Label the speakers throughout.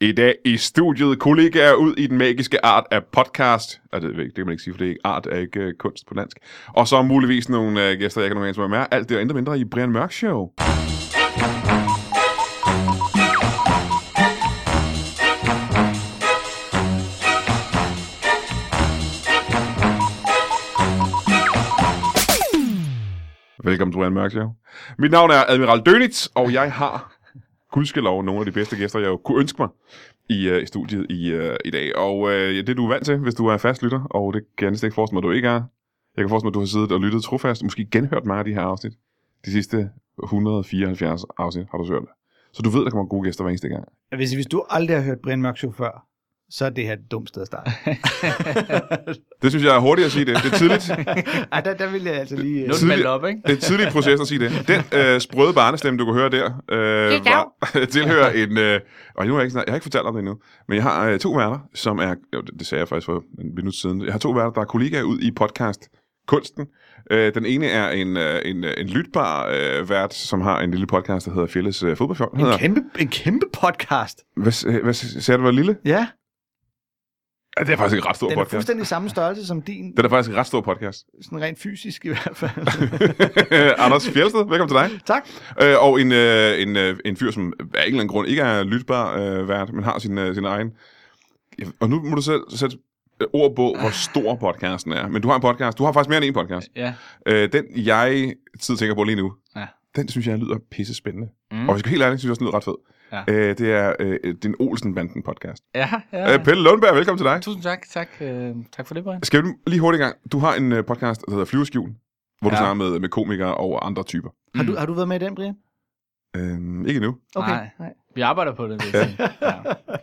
Speaker 1: I dag i studiet kollegaer ud i den magiske art af podcast. Og det, ved jeg ikke, det kan man ikke sige, for det er ikke art er ikke øh, kunst på dansk. Og så muligvis nogle øh, gæster, jeg kan nogle gange med. Alt det og intet mindre i Brian Mørk Show. Velkommen til Brian Mørk Show. Mit navn er Admiral Dönitz, og jeg har gudskelov nogle af de bedste gæster, jeg jo kunne ønske mig i, øh, i studiet i, øh, i dag. Og øh, ja, det er du er vant til, hvis du er fast lytter, og det kan jeg næsten ikke forestille mig, at du ikke er. Jeg kan forestille mig, at du har siddet og lyttet trofast, måske genhørt mange af de her afsnit. De sidste 174 afsnit har du så hørt. Så du ved, der kommer gode gæster hver eneste gang.
Speaker 2: Jeg vil sige, hvis du aldrig har hørt Brian Mørk Show før, så er det her et dumt sted at starte.
Speaker 1: Det synes jeg er hurtigt at sige det. Det er tidligt.
Speaker 2: Ej, der, der vil jeg altså lige...
Speaker 1: Nu-
Speaker 2: Uh,
Speaker 1: Tidlig-
Speaker 3: Nogen meldt op, ikke?
Speaker 1: Det er en tidlig proces at sige det. Den øh, sprøde barnestemme, du kan høre der, øh, var, tilhører en... Øh, og nu har jeg, ikke, snart- jeg har ikke fortalt om det endnu, men jeg har øh, to værter, som er... Jo, det, det sagde jeg faktisk for en minut siden. Jeg har to værter, der er kollegaer ud i podcast Kunsten. Øh, den ene er en, øh, en, øh, en lytbar øh, vært, som har en lille podcast, der hedder Fjelles øh, Fodboldfjol. Den
Speaker 2: en,
Speaker 1: hedder-
Speaker 2: kæmpe, en kæmpe podcast.
Speaker 1: Hvad, øh, hvad sagde du, var lille?
Speaker 2: Ja,
Speaker 1: Ja, det er faktisk en ret stor
Speaker 2: den er
Speaker 1: podcast.
Speaker 2: fuldstændig samme størrelse som din,
Speaker 1: Den er faktisk en ret stor podcast.
Speaker 2: sådan rent fysisk i hvert fald.
Speaker 1: Anders Fjeldsted, velkommen til dig.
Speaker 2: tak.
Speaker 1: Øh, og en, øh, en, øh, en fyr, som af en eller anden grund ikke er lytbar øh, vært, men har sin, øh, sin egen. Og nu må du selv sætte øh, ord på, hvor stor podcasten er. Men du har en podcast. Du har faktisk mere end en podcast.
Speaker 3: Ja.
Speaker 1: Øh, den, jeg tid tænker på lige nu,
Speaker 3: Ja.
Speaker 1: den synes jeg lyder pisse spændende. Mm.
Speaker 3: Mm.
Speaker 1: Og hvis jeg skal helt ærligt, synes jeg også, den lyder ret fed.
Speaker 3: Ja.
Speaker 1: Øh, det er øh, din Olsen-banden podcast.
Speaker 3: Ja, ja.
Speaker 1: Ja. Øh, Pelle Lundberg, velkommen til dig.
Speaker 3: Tusind tak. Tak, øh, tak for det, Brian.
Speaker 1: Skal vi lige hurtigt i gang? Du har en øh, podcast, der hedder Flyveskjul, hvor ja. du
Speaker 3: Ja.
Speaker 1: snakker med, med komikere og andre typer.
Speaker 2: Har du, har du været med i den, Brian?
Speaker 1: Øh, ikke endnu.
Speaker 3: Mm. Nej. Vi arbejder på det. Det, ja. Ja.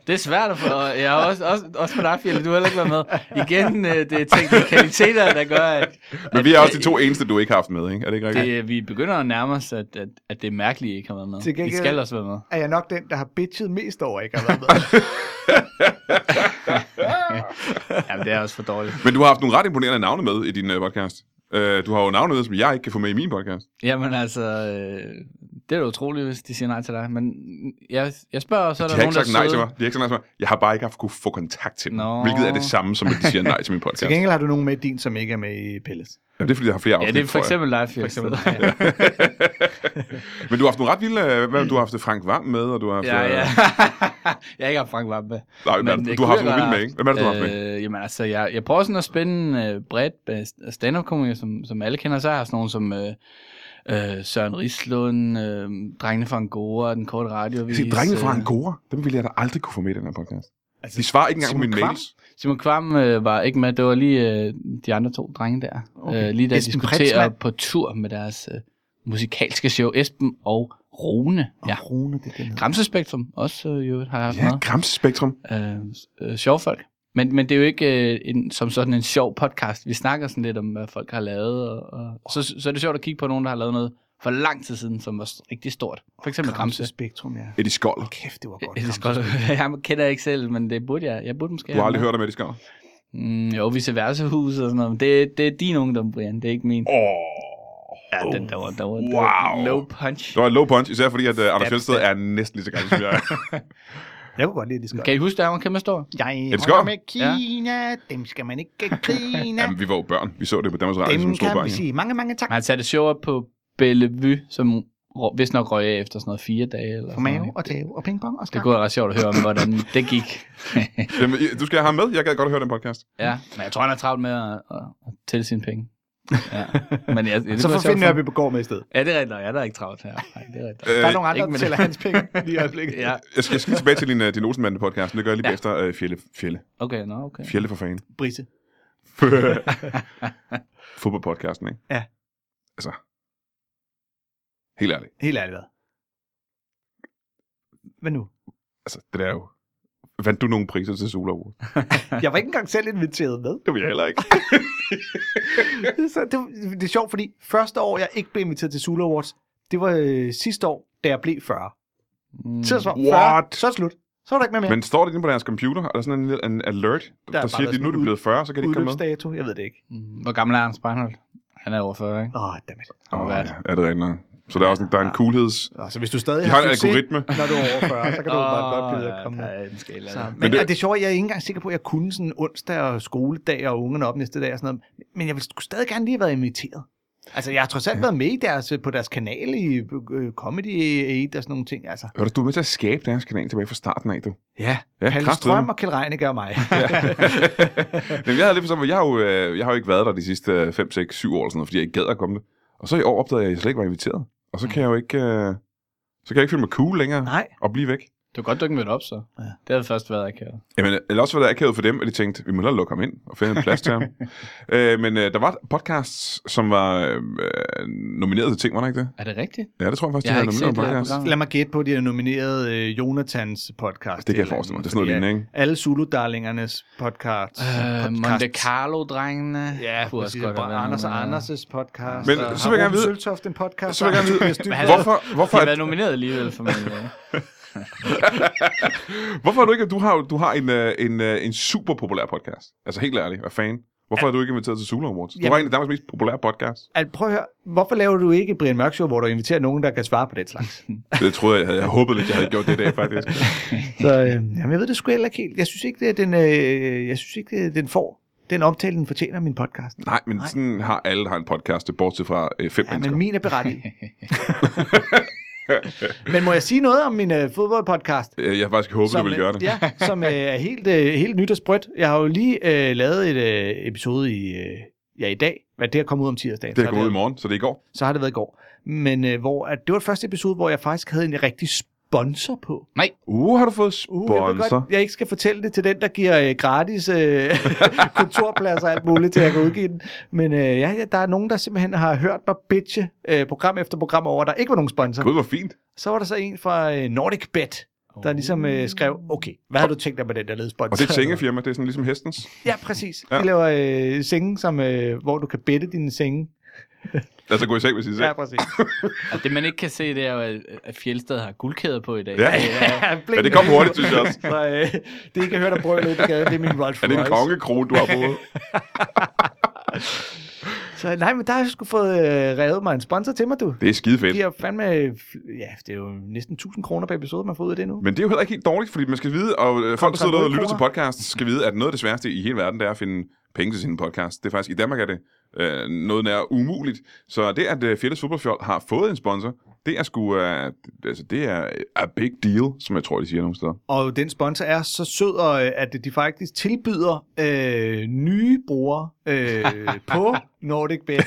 Speaker 3: det er svært at få, og jeg har også, også, også for dig, Fjelle, du har heller ikke været med. Igen, øh, det er teknikaliteter, der gør, at...
Speaker 1: Men
Speaker 3: at-
Speaker 1: vi er også de to eneste, du ikke har haft med, ikke? Er det ikke rigtigt?
Speaker 3: Det, vi begynder at nærme os, at, at, at det er mærkeligt, I ikke har været med.
Speaker 2: Til
Speaker 3: I
Speaker 2: gengæld-
Speaker 3: skal også være med.
Speaker 2: Er jeg nok den, der har bitchet mest over, ikke har været med?
Speaker 3: Jamen, det er også for dårligt.
Speaker 1: Men du har haft nogle ret imponerende navne med i din øh, podcast. Øh, du har jo navne med, som jeg ikke kan få med i min podcast.
Speaker 3: Jamen altså, øh, det er da utroligt, hvis de siger nej til dig. Men jeg, jeg spørger, og så er
Speaker 1: De
Speaker 3: der
Speaker 1: har ikke
Speaker 3: nogen, der
Speaker 1: sagt nej til
Speaker 3: søde.
Speaker 1: mig. De har ikke sagt nej til mig. Jeg har bare ikke haft kunne få kontakt til dem.
Speaker 3: Nå.
Speaker 1: Hvilket er det samme, som at de siger nej til min podcast.
Speaker 2: Til gengæld har du nogen med i din, som ikke er med i Pelles.
Speaker 1: Jamen, det er fordi, jeg har flere
Speaker 3: Ja,
Speaker 1: afsnit,
Speaker 3: det er for
Speaker 1: tror jeg.
Speaker 3: eksempel dig, Fjell.
Speaker 2: eksempel.
Speaker 1: Men du har haft nogle ret vilde... øh, Hvad, du har haft Frank Vam med, og du har haft...
Speaker 3: Ja,
Speaker 1: øh,
Speaker 3: ja. jeg har ikke haft Frank Vamp med.
Speaker 1: Nej, men,
Speaker 3: det
Speaker 1: du har
Speaker 3: kunne
Speaker 1: haft
Speaker 3: jeg
Speaker 1: nogle
Speaker 3: godt
Speaker 1: vilde med,
Speaker 3: have
Speaker 1: ikke? Hvem er det, du har haft med?
Speaker 3: Øh, jamen altså, jeg, jeg prøver sådan at spænde øh, bredt øh, stand-up komikere, som, som alle kender. Så har jeg sådan nogle som øh, øh, Søren Rislund, øh, Drengene fra Angora, Den Korte Radiovis.
Speaker 1: Se, drengene fra
Speaker 3: øh,
Speaker 1: Angora, dem ville jeg da aldrig kunne få med i den her podcast.
Speaker 2: Altså,
Speaker 1: De svarer ikke engang på
Speaker 2: Simon
Speaker 1: mine
Speaker 2: Kvam?
Speaker 1: mails.
Speaker 3: Simon Kvam øh, var ikke med, det var lige øh, de andre to drenge der.
Speaker 2: Okay.
Speaker 3: Okay. Øh, lige da de
Speaker 2: Esben
Speaker 3: skulle til at
Speaker 2: Pretzmann.
Speaker 3: på tur med deres øh, musikalske show. Esben og Rune.
Speaker 2: Og
Speaker 3: Ja.
Speaker 2: Rune, det er den.
Speaker 3: Gramsespektrum også øh, i øvrigt, har jeg haft
Speaker 1: Ja,
Speaker 3: med.
Speaker 1: Grams Spektrum.
Speaker 3: øh, øh, sjove folk. Men, men det er jo ikke øh, en, som sådan en sjov podcast. Vi snakker sådan lidt om, hvad folk har lavet. Og, og, så, så er det sjovt at kigge på nogen, der har lavet noget for lang tid siden, som var s- rigtig stort. For eksempel Ramse.
Speaker 2: Spektrum, ja.
Speaker 1: Eddie Skoller.
Speaker 2: Kæft, det var godt.
Speaker 3: Jeg,
Speaker 2: Ramse.
Speaker 3: jeg kender ikke selv, men det burde jeg. Jeg burde måske
Speaker 1: Du har
Speaker 3: have
Speaker 1: aldrig
Speaker 3: med.
Speaker 1: hørt om Eddie Skoller?
Speaker 3: Mm, jo, vice versa hus og sådan noget. Men det, det er din ungdom, Brian. Det er ikke min.
Speaker 1: Åh,
Speaker 3: Ja, den der var, der var, der
Speaker 1: Wow.
Speaker 3: var low punch.
Speaker 1: Det var et low punch, især fordi, at uh, Anders
Speaker 3: Stab,
Speaker 1: Fjeldsted
Speaker 3: stab.
Speaker 1: er næsten lige så gammel, som jeg er.
Speaker 2: Jeg kunne godt lide, at de skal.
Speaker 3: Kan I huske, der var kæmpe stor?
Speaker 2: Jeg
Speaker 1: det skal.
Speaker 2: holder med Kina, dem skal man ikke grine.
Speaker 1: Jamen, ligesom vi var jo børn. Vi så det på Danmarks Radio som
Speaker 2: dem
Speaker 1: store
Speaker 2: kan
Speaker 1: børn.
Speaker 2: vi sige mange, mange tak
Speaker 3: Men Han satte det sjovt op på Bellevue, som rå- vist nok røg af efter sådan noget fire dage. Eller
Speaker 2: for
Speaker 3: sådan noget,
Speaker 2: mave
Speaker 3: ikke?
Speaker 2: og tæve og pingpong og
Speaker 3: Det
Speaker 2: skak.
Speaker 3: kunne være ret sjovt at høre om, hvordan det gik.
Speaker 1: Jamen, I- du skal have ham med. Jeg gad godt høre den podcast.
Speaker 3: ja, men jeg tror, han har travlt med at, at, at tælle sine penge. Ja. Men jeg, jeg,
Speaker 2: Så får Finn
Speaker 3: jeg
Speaker 2: Nørby på gård med i stedet.
Speaker 3: Ja, det er rigtigt. nok. Ja, der er ikke travlt her. Nej, det er rigtigt. nok.
Speaker 1: Øh,
Speaker 2: Der er nogle andre,
Speaker 3: ikke
Speaker 2: der
Speaker 3: med
Speaker 2: tæller
Speaker 3: det.
Speaker 2: hans penge lige i øjeblikket.
Speaker 3: Ja,
Speaker 1: jeg, skal, jeg skal lige tilbage til din, øh, din Olsenmanden-podcast. Det gør jeg lige
Speaker 3: Ja.
Speaker 1: bagefter øh, Fjelle. Fjelle.
Speaker 3: okay, nå, okay.
Speaker 1: Fjelle for fanden.
Speaker 2: Brise.
Speaker 1: Fodboldpodcasten, ikke?
Speaker 2: Ja.
Speaker 1: Altså. Helt ærligt.
Speaker 2: Helt ærligt hvad? Hvad nu?
Speaker 1: Altså, det der er jo... Vandt du nogle priser til Sola Award?
Speaker 2: Jeg var ikke engang selv inviteret med.
Speaker 1: Det vil jeg heller ikke.
Speaker 2: Så det, det er sjovt, fordi første år, jeg ikke blev inviteret til Sula Awards, det var øh, sidste år, da jeg blev 40.
Speaker 3: Mm.
Speaker 2: Så er svaret
Speaker 1: What?
Speaker 2: 40, så er det slut. Så er der ikke mere mere.
Speaker 1: Men står det inde på deres computer? Er der sådan en, lille- en alert, der, der
Speaker 2: bare
Speaker 1: siger, at de
Speaker 2: sådan
Speaker 1: nu er det
Speaker 2: ud-
Speaker 1: blevet 40, så kan de ikke komme med?
Speaker 2: Udløbsdato, jeg ved det ikke.
Speaker 3: Mm. Hvor gammel er Anders Breinholt? Han er over 40, ikke?
Speaker 2: Åh, oh, dammit.
Speaker 3: Åh,
Speaker 1: Åh,
Speaker 3: hvad er
Speaker 1: ja, er det rigtigt nok? Så der er også en, der er en coolheds...
Speaker 2: Altså, hvis du stadig
Speaker 1: De har en
Speaker 2: succes,
Speaker 1: algoritme.
Speaker 2: når du er over 40, så kan du oh, bare godt blive ved at komme med.
Speaker 3: med. en skala.
Speaker 2: Så, men,
Speaker 1: Men
Speaker 2: men
Speaker 1: det-
Speaker 2: det, og det sjove er, at jeg er ikke engang sikker på, at jeg kunne sådan onsdag og skoledag og ungerne op næste dag og sådan noget. Men jeg ville sgu stadig gerne lige have været inviteret. Altså, jeg har trods alt været med i deres, på deres kanal i øh, Comedy Aid og sådan nogle ting. Altså,
Speaker 1: Hørte du, du er med til at skabe deres kanal tilbage fra starten af, du?
Speaker 2: ja,
Speaker 1: Ja,
Speaker 2: Palle
Speaker 1: kraftedeme.
Speaker 2: Strøm og Kjell Reinicke og mig.
Speaker 1: Men jeg havde lidt for sammen, jeg har jo, øh, jeg har jo ikke været der de sidste øh, 5, 6, 7 år, eller sådan noget, fordi jeg ikke gad at komme det. Og så i år opdagede jeg, at jeg slet ikke var inviteret. Og så kan jeg jo ikke, øh, så kan jeg ikke føle mig cool længere
Speaker 2: Nej,
Speaker 1: og blive væk.
Speaker 3: Det var godt, du ikke mødte op, så.
Speaker 2: Ja.
Speaker 3: Ja. Det havde først været akavet.
Speaker 1: Jamen, eller også var det akavet for dem, at de tænkte, vi må hellere lukke ham ind og finde en plads til ham. øh, men øh, der var podcasts, som var øh, nomineret til ting, var der ikke det?
Speaker 3: Er det rigtigt?
Speaker 1: Ja, det tror jeg faktisk,
Speaker 3: Jeg
Speaker 1: de havde
Speaker 3: har ikke
Speaker 1: nomineret
Speaker 3: set det her
Speaker 1: podcast.
Speaker 3: program.
Speaker 2: lad mig gætte på, at de har nomineret øh, Jonathans podcast.
Speaker 1: Altså, Det kan jeg forestille mig. Det er sådan noget
Speaker 2: Fordi,
Speaker 1: lignende, ikke?
Speaker 2: øh, Alle Zulu-darlingernes podcast.
Speaker 3: Øh,
Speaker 2: podcasts.
Speaker 3: Monte Carlo-drengene.
Speaker 2: Ja,
Speaker 3: Kunne
Speaker 2: præcis.
Speaker 3: også godt
Speaker 2: Bare
Speaker 3: have
Speaker 2: Anders og
Speaker 3: været øh. nomineret.
Speaker 2: Anders' podcast.
Speaker 1: Men
Speaker 2: og
Speaker 1: så vil jeg
Speaker 2: har
Speaker 1: gerne
Speaker 2: Rune
Speaker 1: vide-
Speaker 2: Søltoft en podcast.
Speaker 1: Så vil jeg gerne
Speaker 2: Styr-
Speaker 1: vide, hvorfor, hvorfor,
Speaker 3: De har
Speaker 1: er,
Speaker 3: været nomineret alligevel for mig.
Speaker 1: hvorfor er du ikke, du har, jo- du har en, øh, en, øh, en super populær podcast? Altså helt ærligt, hvad fanden? Hvorfor er du ikke inviteret til Sula Awards? Du
Speaker 2: Jamen-
Speaker 1: har en af Danmarks mest populære podcast.
Speaker 2: Altså, prøv at høre, hvorfor laver du ikke et Brian Mørk Show, hvor du inviterer nogen, der kan svare på det slags?
Speaker 1: Det troede jeg, jeg, havde, jeg håbede lidt, jeg havde gjort det i dag, faktisk.
Speaker 2: så øh, jamen, jeg ved det sgu heller ikke helt. Jeg synes ikke, det er den, øh, jeg synes ikke, det er den får den omtale, den fortjener min podcast.
Speaker 1: Nej, men Nej. sådan har alle, der har en podcast, bortset fra øh, fem ja,
Speaker 2: Ja,
Speaker 1: mennesker.
Speaker 2: men min er berettiget. men må jeg sige noget om min øh, fodboldpodcast?
Speaker 1: Øh, Jeg har faktisk håbet, du ville
Speaker 2: øh,
Speaker 1: gøre det.
Speaker 2: Ja, som øh, er helt, øh, helt nyt og sprødt. Jeg har jo lige øh, lavet et øh, episode i, øh, ja, i dag. Hvad det er kommet ud om tirsdagen.
Speaker 1: Det er
Speaker 2: Så
Speaker 1: gået ud i morgen, så det er i går.
Speaker 2: så har det været i går. Men øh, hvor, at det var det første episode, hvor jeg faktisk havde en rigtig sponsor på.
Speaker 1: Uh, har du fået
Speaker 2: Uh, jeg, ved
Speaker 1: sponsor?
Speaker 2: godt, jeg ikke skal fortælle det til den, der giver øh, gratis øh, kontorpladser og alt muligt til at kunne udgive den. Men øh, ja, ja, der er nogen, der simpelthen har hørt mig bitche øh, program efter program over, at der ikke var nogen sponsor.
Speaker 1: Gud, hvor fint.
Speaker 2: Så var der så en fra øh, Nordic Bet, der ligesom øh, skrev, okay, hvad har du tænkt dig med den der ledsponsor?
Speaker 1: Og det er et sengefirma, det er sådan ligesom hestens.
Speaker 2: Ja, præcis.
Speaker 1: Ja.
Speaker 2: Ja. De laver øh, senge, som, øh, hvor du kan bette dine senge.
Speaker 1: Altså gå i seng, hvis I
Speaker 2: Ja,
Speaker 1: ser.
Speaker 2: præcis.
Speaker 3: Og det, man ikke kan se, det er jo, at- at Fjeldsted har guldkæder på i dag.
Speaker 1: Ja.
Speaker 2: ja,
Speaker 1: Ja, det kom hurtigt, synes jeg også.
Speaker 2: Så øh, det, I kan høre, der brøler ud i gaden, det er min Rolls
Speaker 1: Er det en
Speaker 2: Royce.
Speaker 1: kongekrone, du har fået?
Speaker 2: Så nej, men der har jeg sgu fået øh, revet mig en sponsor til mig, du.
Speaker 1: Det er skide fedt.
Speaker 2: Det er fandme, ja, det er jo næsten 1000 kroner per episode, man får ud af det nu.
Speaker 1: Men det er jo heller ikke helt dårligt, fordi man skal vide, og øh, folk, der sidder derude og lytter til
Speaker 2: kroner.
Speaker 1: podcasts, skal vide, at noget af det sværeste i hele verden, det er at finde penge til sin podcast. Det er faktisk, i Danmark er det øh, noget nær umuligt. Så det, at øh, Fjelles Fodboldfjold har fået en sponsor, det er sgu, øh, altså det er a big deal, som jeg tror, de siger nogle steder.
Speaker 2: Og den sponsor er så sød, og, øh, at de faktisk tilbyder øh, nye brugere øh, på NordicBet,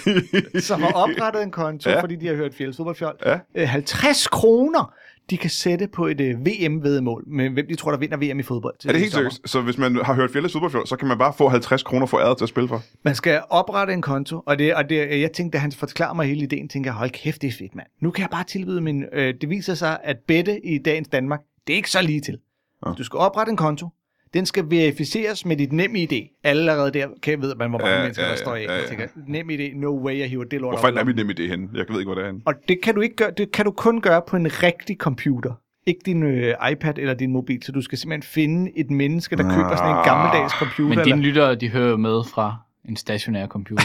Speaker 2: som har oprettet en konto,
Speaker 1: Ja.
Speaker 2: ja. fordi de har hørt Fjells fodboldfjold.
Speaker 1: Ja.
Speaker 2: Øh, 50 kroner, de kan sætte på et øh, VM-vedmål med, hvem de tror, der vinder VM i fodbold. til
Speaker 1: Er det
Speaker 2: i
Speaker 1: helt
Speaker 2: sommer.
Speaker 1: seriøst? Så hvis man har hørt Fjelles Fodboldfjold, så kan man bare få 50 kroner for æret til at spille for.
Speaker 2: Man skal oprette en konto, og, det, og det, jeg tænkte, da han forklarede mig hele ideen, tænkte jeg, hold kæft, det er fedt, mand. Nu kan jeg bare tilbyde min... Øh, det viser sig, at bette i dagens Danmark, det er ikke så lige til.
Speaker 1: Ja.
Speaker 2: Du skal oprette en konto, den skal verificeres med dit nem ID. Allerede der kan ved man, hvor mange
Speaker 1: Ja,
Speaker 2: ja, mennesker,
Speaker 1: ja,
Speaker 2: der
Speaker 1: ja,
Speaker 2: står i.
Speaker 1: ja, ja.
Speaker 2: Ja, ja. Nem ID, no way, jeg hiver det lort
Speaker 1: Hvor
Speaker 2: op
Speaker 1: fanden er
Speaker 2: i
Speaker 1: mit
Speaker 2: lommen.
Speaker 1: nemme idé henne? Jeg ved ikke, hvor det er henne.
Speaker 2: Og det kan, du ikke gøre, det kan du kun gøre på en rigtig computer. Ikke din øh, iPad eller din mobil, så du skal simpelthen finde et menneske, der køber sådan
Speaker 1: Ah,
Speaker 2: en gammeldags computer.
Speaker 3: Men
Speaker 2: eller-
Speaker 3: dine lyttere, de hører jo med fra en stationær computer.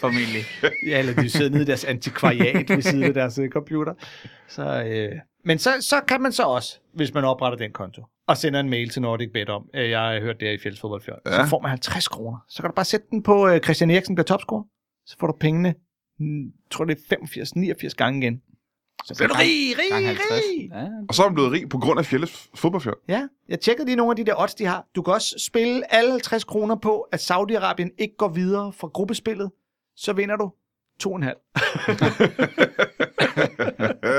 Speaker 3: Formentlig.
Speaker 2: Ja, eller de sidder nede i deres antikvariat ved siden af deres øh, computer. Så, øh. Men så, så kan man så også, hvis man opretter den konto, og sender en mail til Nordic Bet om, øh, jeg har hørt det her i Fjeldsfodbold før, ja.
Speaker 1: Ja.
Speaker 2: så får man 50 kroner. Så kan du bare sætte den på øh, Christian Eriksen bliver topscorer, så får du pengene, mm, tror det er 85-89 gange igen. Så bliver du
Speaker 3: gang-
Speaker 2: rig,
Speaker 3: Gang
Speaker 2: rig,
Speaker 3: 50.
Speaker 2: rig!
Speaker 3: Ja,
Speaker 1: Og så er man blevet rig på grund af Fjelles Fodboldfjold.
Speaker 2: Ja, jeg tjekkede lige nogle af de der odds, de har. Du kan også spille alle 50 kroner på, at Saudi-Arabien ikke går videre fra gruppespillet, så vinder du 2,5.
Speaker 1: Øh, men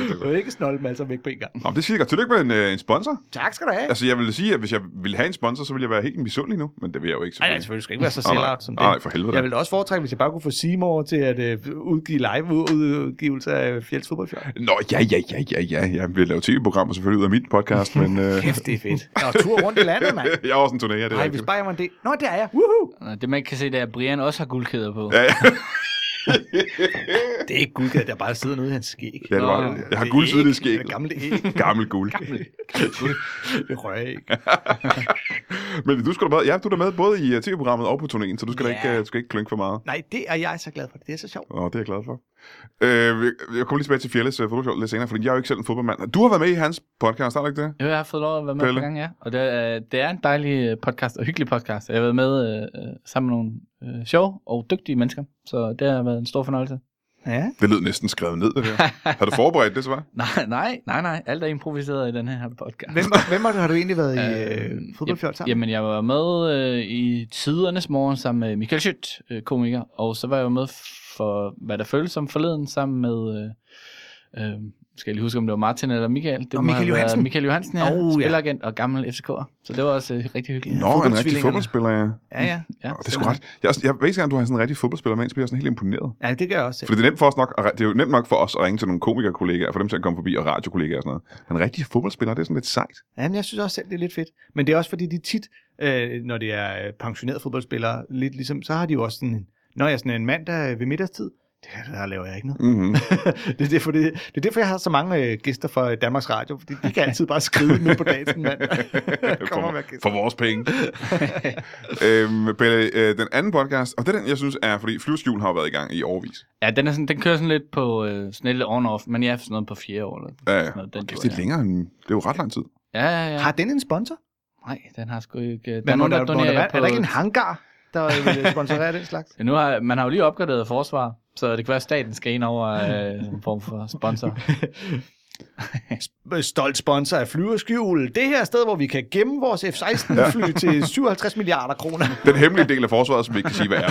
Speaker 1: ikke det.
Speaker 2: Du er ikke snolde med altså væk på en gang.
Speaker 1: Nå, men det siger jeg godt. Tillykke med en, øh, en sponsor.
Speaker 2: Tak skal du have.
Speaker 1: Altså, jeg ville sige, at hvis jeg ville have en sponsor, så ville jeg være helt misundelig nu. Men det vil jeg jo ikke.
Speaker 2: Nej, nej, selvfølgelig skal jeg ikke være så
Speaker 1: Nej, nej.
Speaker 2: sellout som det.
Speaker 1: Nej, for helvede da.
Speaker 2: Jeg ville da også foretrække, hvis jeg bare kunne få Seymour til at øh, udgive live-udgivelse af Fjelds Fodboldfjord.
Speaker 1: Nå, ja, ja, ja, ja, ja. Jeg vil lave tv-programmer selvfølgelig ud af min podcast, men øh,
Speaker 2: Kæft, det er fedt. Og tur rundt i landet, mand.
Speaker 1: jeg er også en turné, ja, det er
Speaker 2: Nej, hvis
Speaker 1: rigtigt.
Speaker 2: bare jeg var en del. Nå, det er jeg. Woohoo!
Speaker 3: Nå, Det man ikke kan se, det er, at Brian også har guldkæder på.
Speaker 1: Ja, ja.
Speaker 2: Det er ikke guldgade, der bare sidder nede i hans skæg.
Speaker 1: ja, det var
Speaker 3: Nå,
Speaker 1: det. Jeg har guld siden i
Speaker 2: skæg.
Speaker 1: skægget.
Speaker 2: Det gamle æg.
Speaker 1: Gammel guld.
Speaker 2: Det rører ikke.
Speaker 1: Men du skal da med, ja, du er da med både i øh, tv-programmet og på turnéen, så du skal da
Speaker 2: Ja.
Speaker 1: ikke, øh, du skal ikke klynke for meget.
Speaker 2: Nej, det er jeg så glad for. Det er så sjovt.
Speaker 1: Åh, det er jeg glad for. Øh, jeg- jeg kommer lige tilbage til Fjelles øh, fodboldshow lidt senere, fordi jeg er jo ikke selv en fodboldmand. Du har været med i hans podcast, har du ikke det?
Speaker 3: Jo, jeg har fået lov at være med
Speaker 1: Pelle.
Speaker 3: Pelle. gang, ja. Og det, er- det er en dejlig øh, podcast, og hyggelig podcast. Jeg har været med øh, øh, sammen med nogle øh, sjove og dygtige mennesker, så det har været en stor fornøjelse.
Speaker 2: Ja.
Speaker 1: Det lød næsten skrevet ned, det der. har du forberedt det, så var?
Speaker 3: nej, nej, nej, nej. Alt er improviseret i den her podcast.
Speaker 2: Hvem, hvem har du, har du egentlig været i
Speaker 3: Øh,
Speaker 2: øh, fodboldfjold sammen?
Speaker 3: Jamen, jeg var med øh, i Tidernes Morgen sammen med Michael Schødt, øh, komiker, og så var jeg jo med for, hvad der føltes som forleden, sammen med, øh, øh, skal jeg lige huske, om det var Martin eller Michael. Det
Speaker 2: Nå,
Speaker 3: må
Speaker 2: Michael
Speaker 3: have været
Speaker 2: Johansen.
Speaker 3: Michael Johansen, ja,
Speaker 2: Oh, ja.
Speaker 3: oh, spilleragent og gammel FCK'er, så det var også øh, rigtig hyggeligt.
Speaker 1: Nå, en rigtig
Speaker 2: fodboldsvillingerne.
Speaker 1: fodboldspiller, ja.
Speaker 2: Ja, ja.
Speaker 3: Ja,
Speaker 1: Nå, det er sgu ret. Jeg, jeg, hver eneste gang, du har sådan en rigtig fodboldspiller med, ind, så bliver jeg sådan helt imponeret.
Speaker 2: Ja, det gør jeg også selv.
Speaker 1: Fordi det er, nemt for os nok, at- det er jo nemt nok for os at ringe til nogle komikerkollegaer, for dem til at komme forbi, og radiokollegaer og sådan noget. Men rigtige fodboldspillere, det er sådan lidt sejt.
Speaker 2: Jamen, jeg synes også selv, det er lidt fedt. Men det er også fordi, de tit, øh, når det er øh, pensionerede fodboldspillere, lidt ligesom, så har de jo også sådan en, når jeg er sådan en mandag ved middagstid, det her, der laver jeg ikke noget.
Speaker 1: Mm-hmm.
Speaker 2: det, er derfor, det, det er derfor, jeg har så mange øh, gæster fra Danmarks Radio, fordi de kan altid bare skrive midt på dagen sådan en mandag. Kommer med
Speaker 1: for,
Speaker 2: gæster.
Speaker 1: for vores penge. øhm, Pelle, øh, den anden podcast, og det er den, jeg synes er, fordi Flyvskjul har jo været i gang i årvis.
Speaker 3: Ja, den, er sådan, den kører sådan lidt på øh, sådan lidt on-off, men jeg er sådan noget på fjerde år. Eller
Speaker 1: Ja, ja.
Speaker 3: sådan noget, den
Speaker 1: Øh, Kæft,
Speaker 3: tur,
Speaker 1: det er længere end, det er jo ret lang tid.
Speaker 3: ja. ja, ja, ja.
Speaker 2: Har den en sponsor?
Speaker 3: Nej, den har sgu ikke... øh, Der er
Speaker 2: Men må
Speaker 3: nogen,
Speaker 2: der,
Speaker 3: der
Speaker 2: må der,
Speaker 3: donerer
Speaker 2: være-
Speaker 3: på...
Speaker 2: er der ikke en hangar, der vil øh, sponsorere den slags?
Speaker 3: Ja, Nu har, man har jo lige opgraderet forsvar, så det kan være, at staten skal ind over øh, en form for sponsor.
Speaker 2: stolt sponsor af Flyverskjul. Det her sted, hvor vi kan gemme vores F-16-fly til 57 milliarder kroner.
Speaker 1: Den hemmelige del af forsvaret, som vi ikke kan sige, hvad er.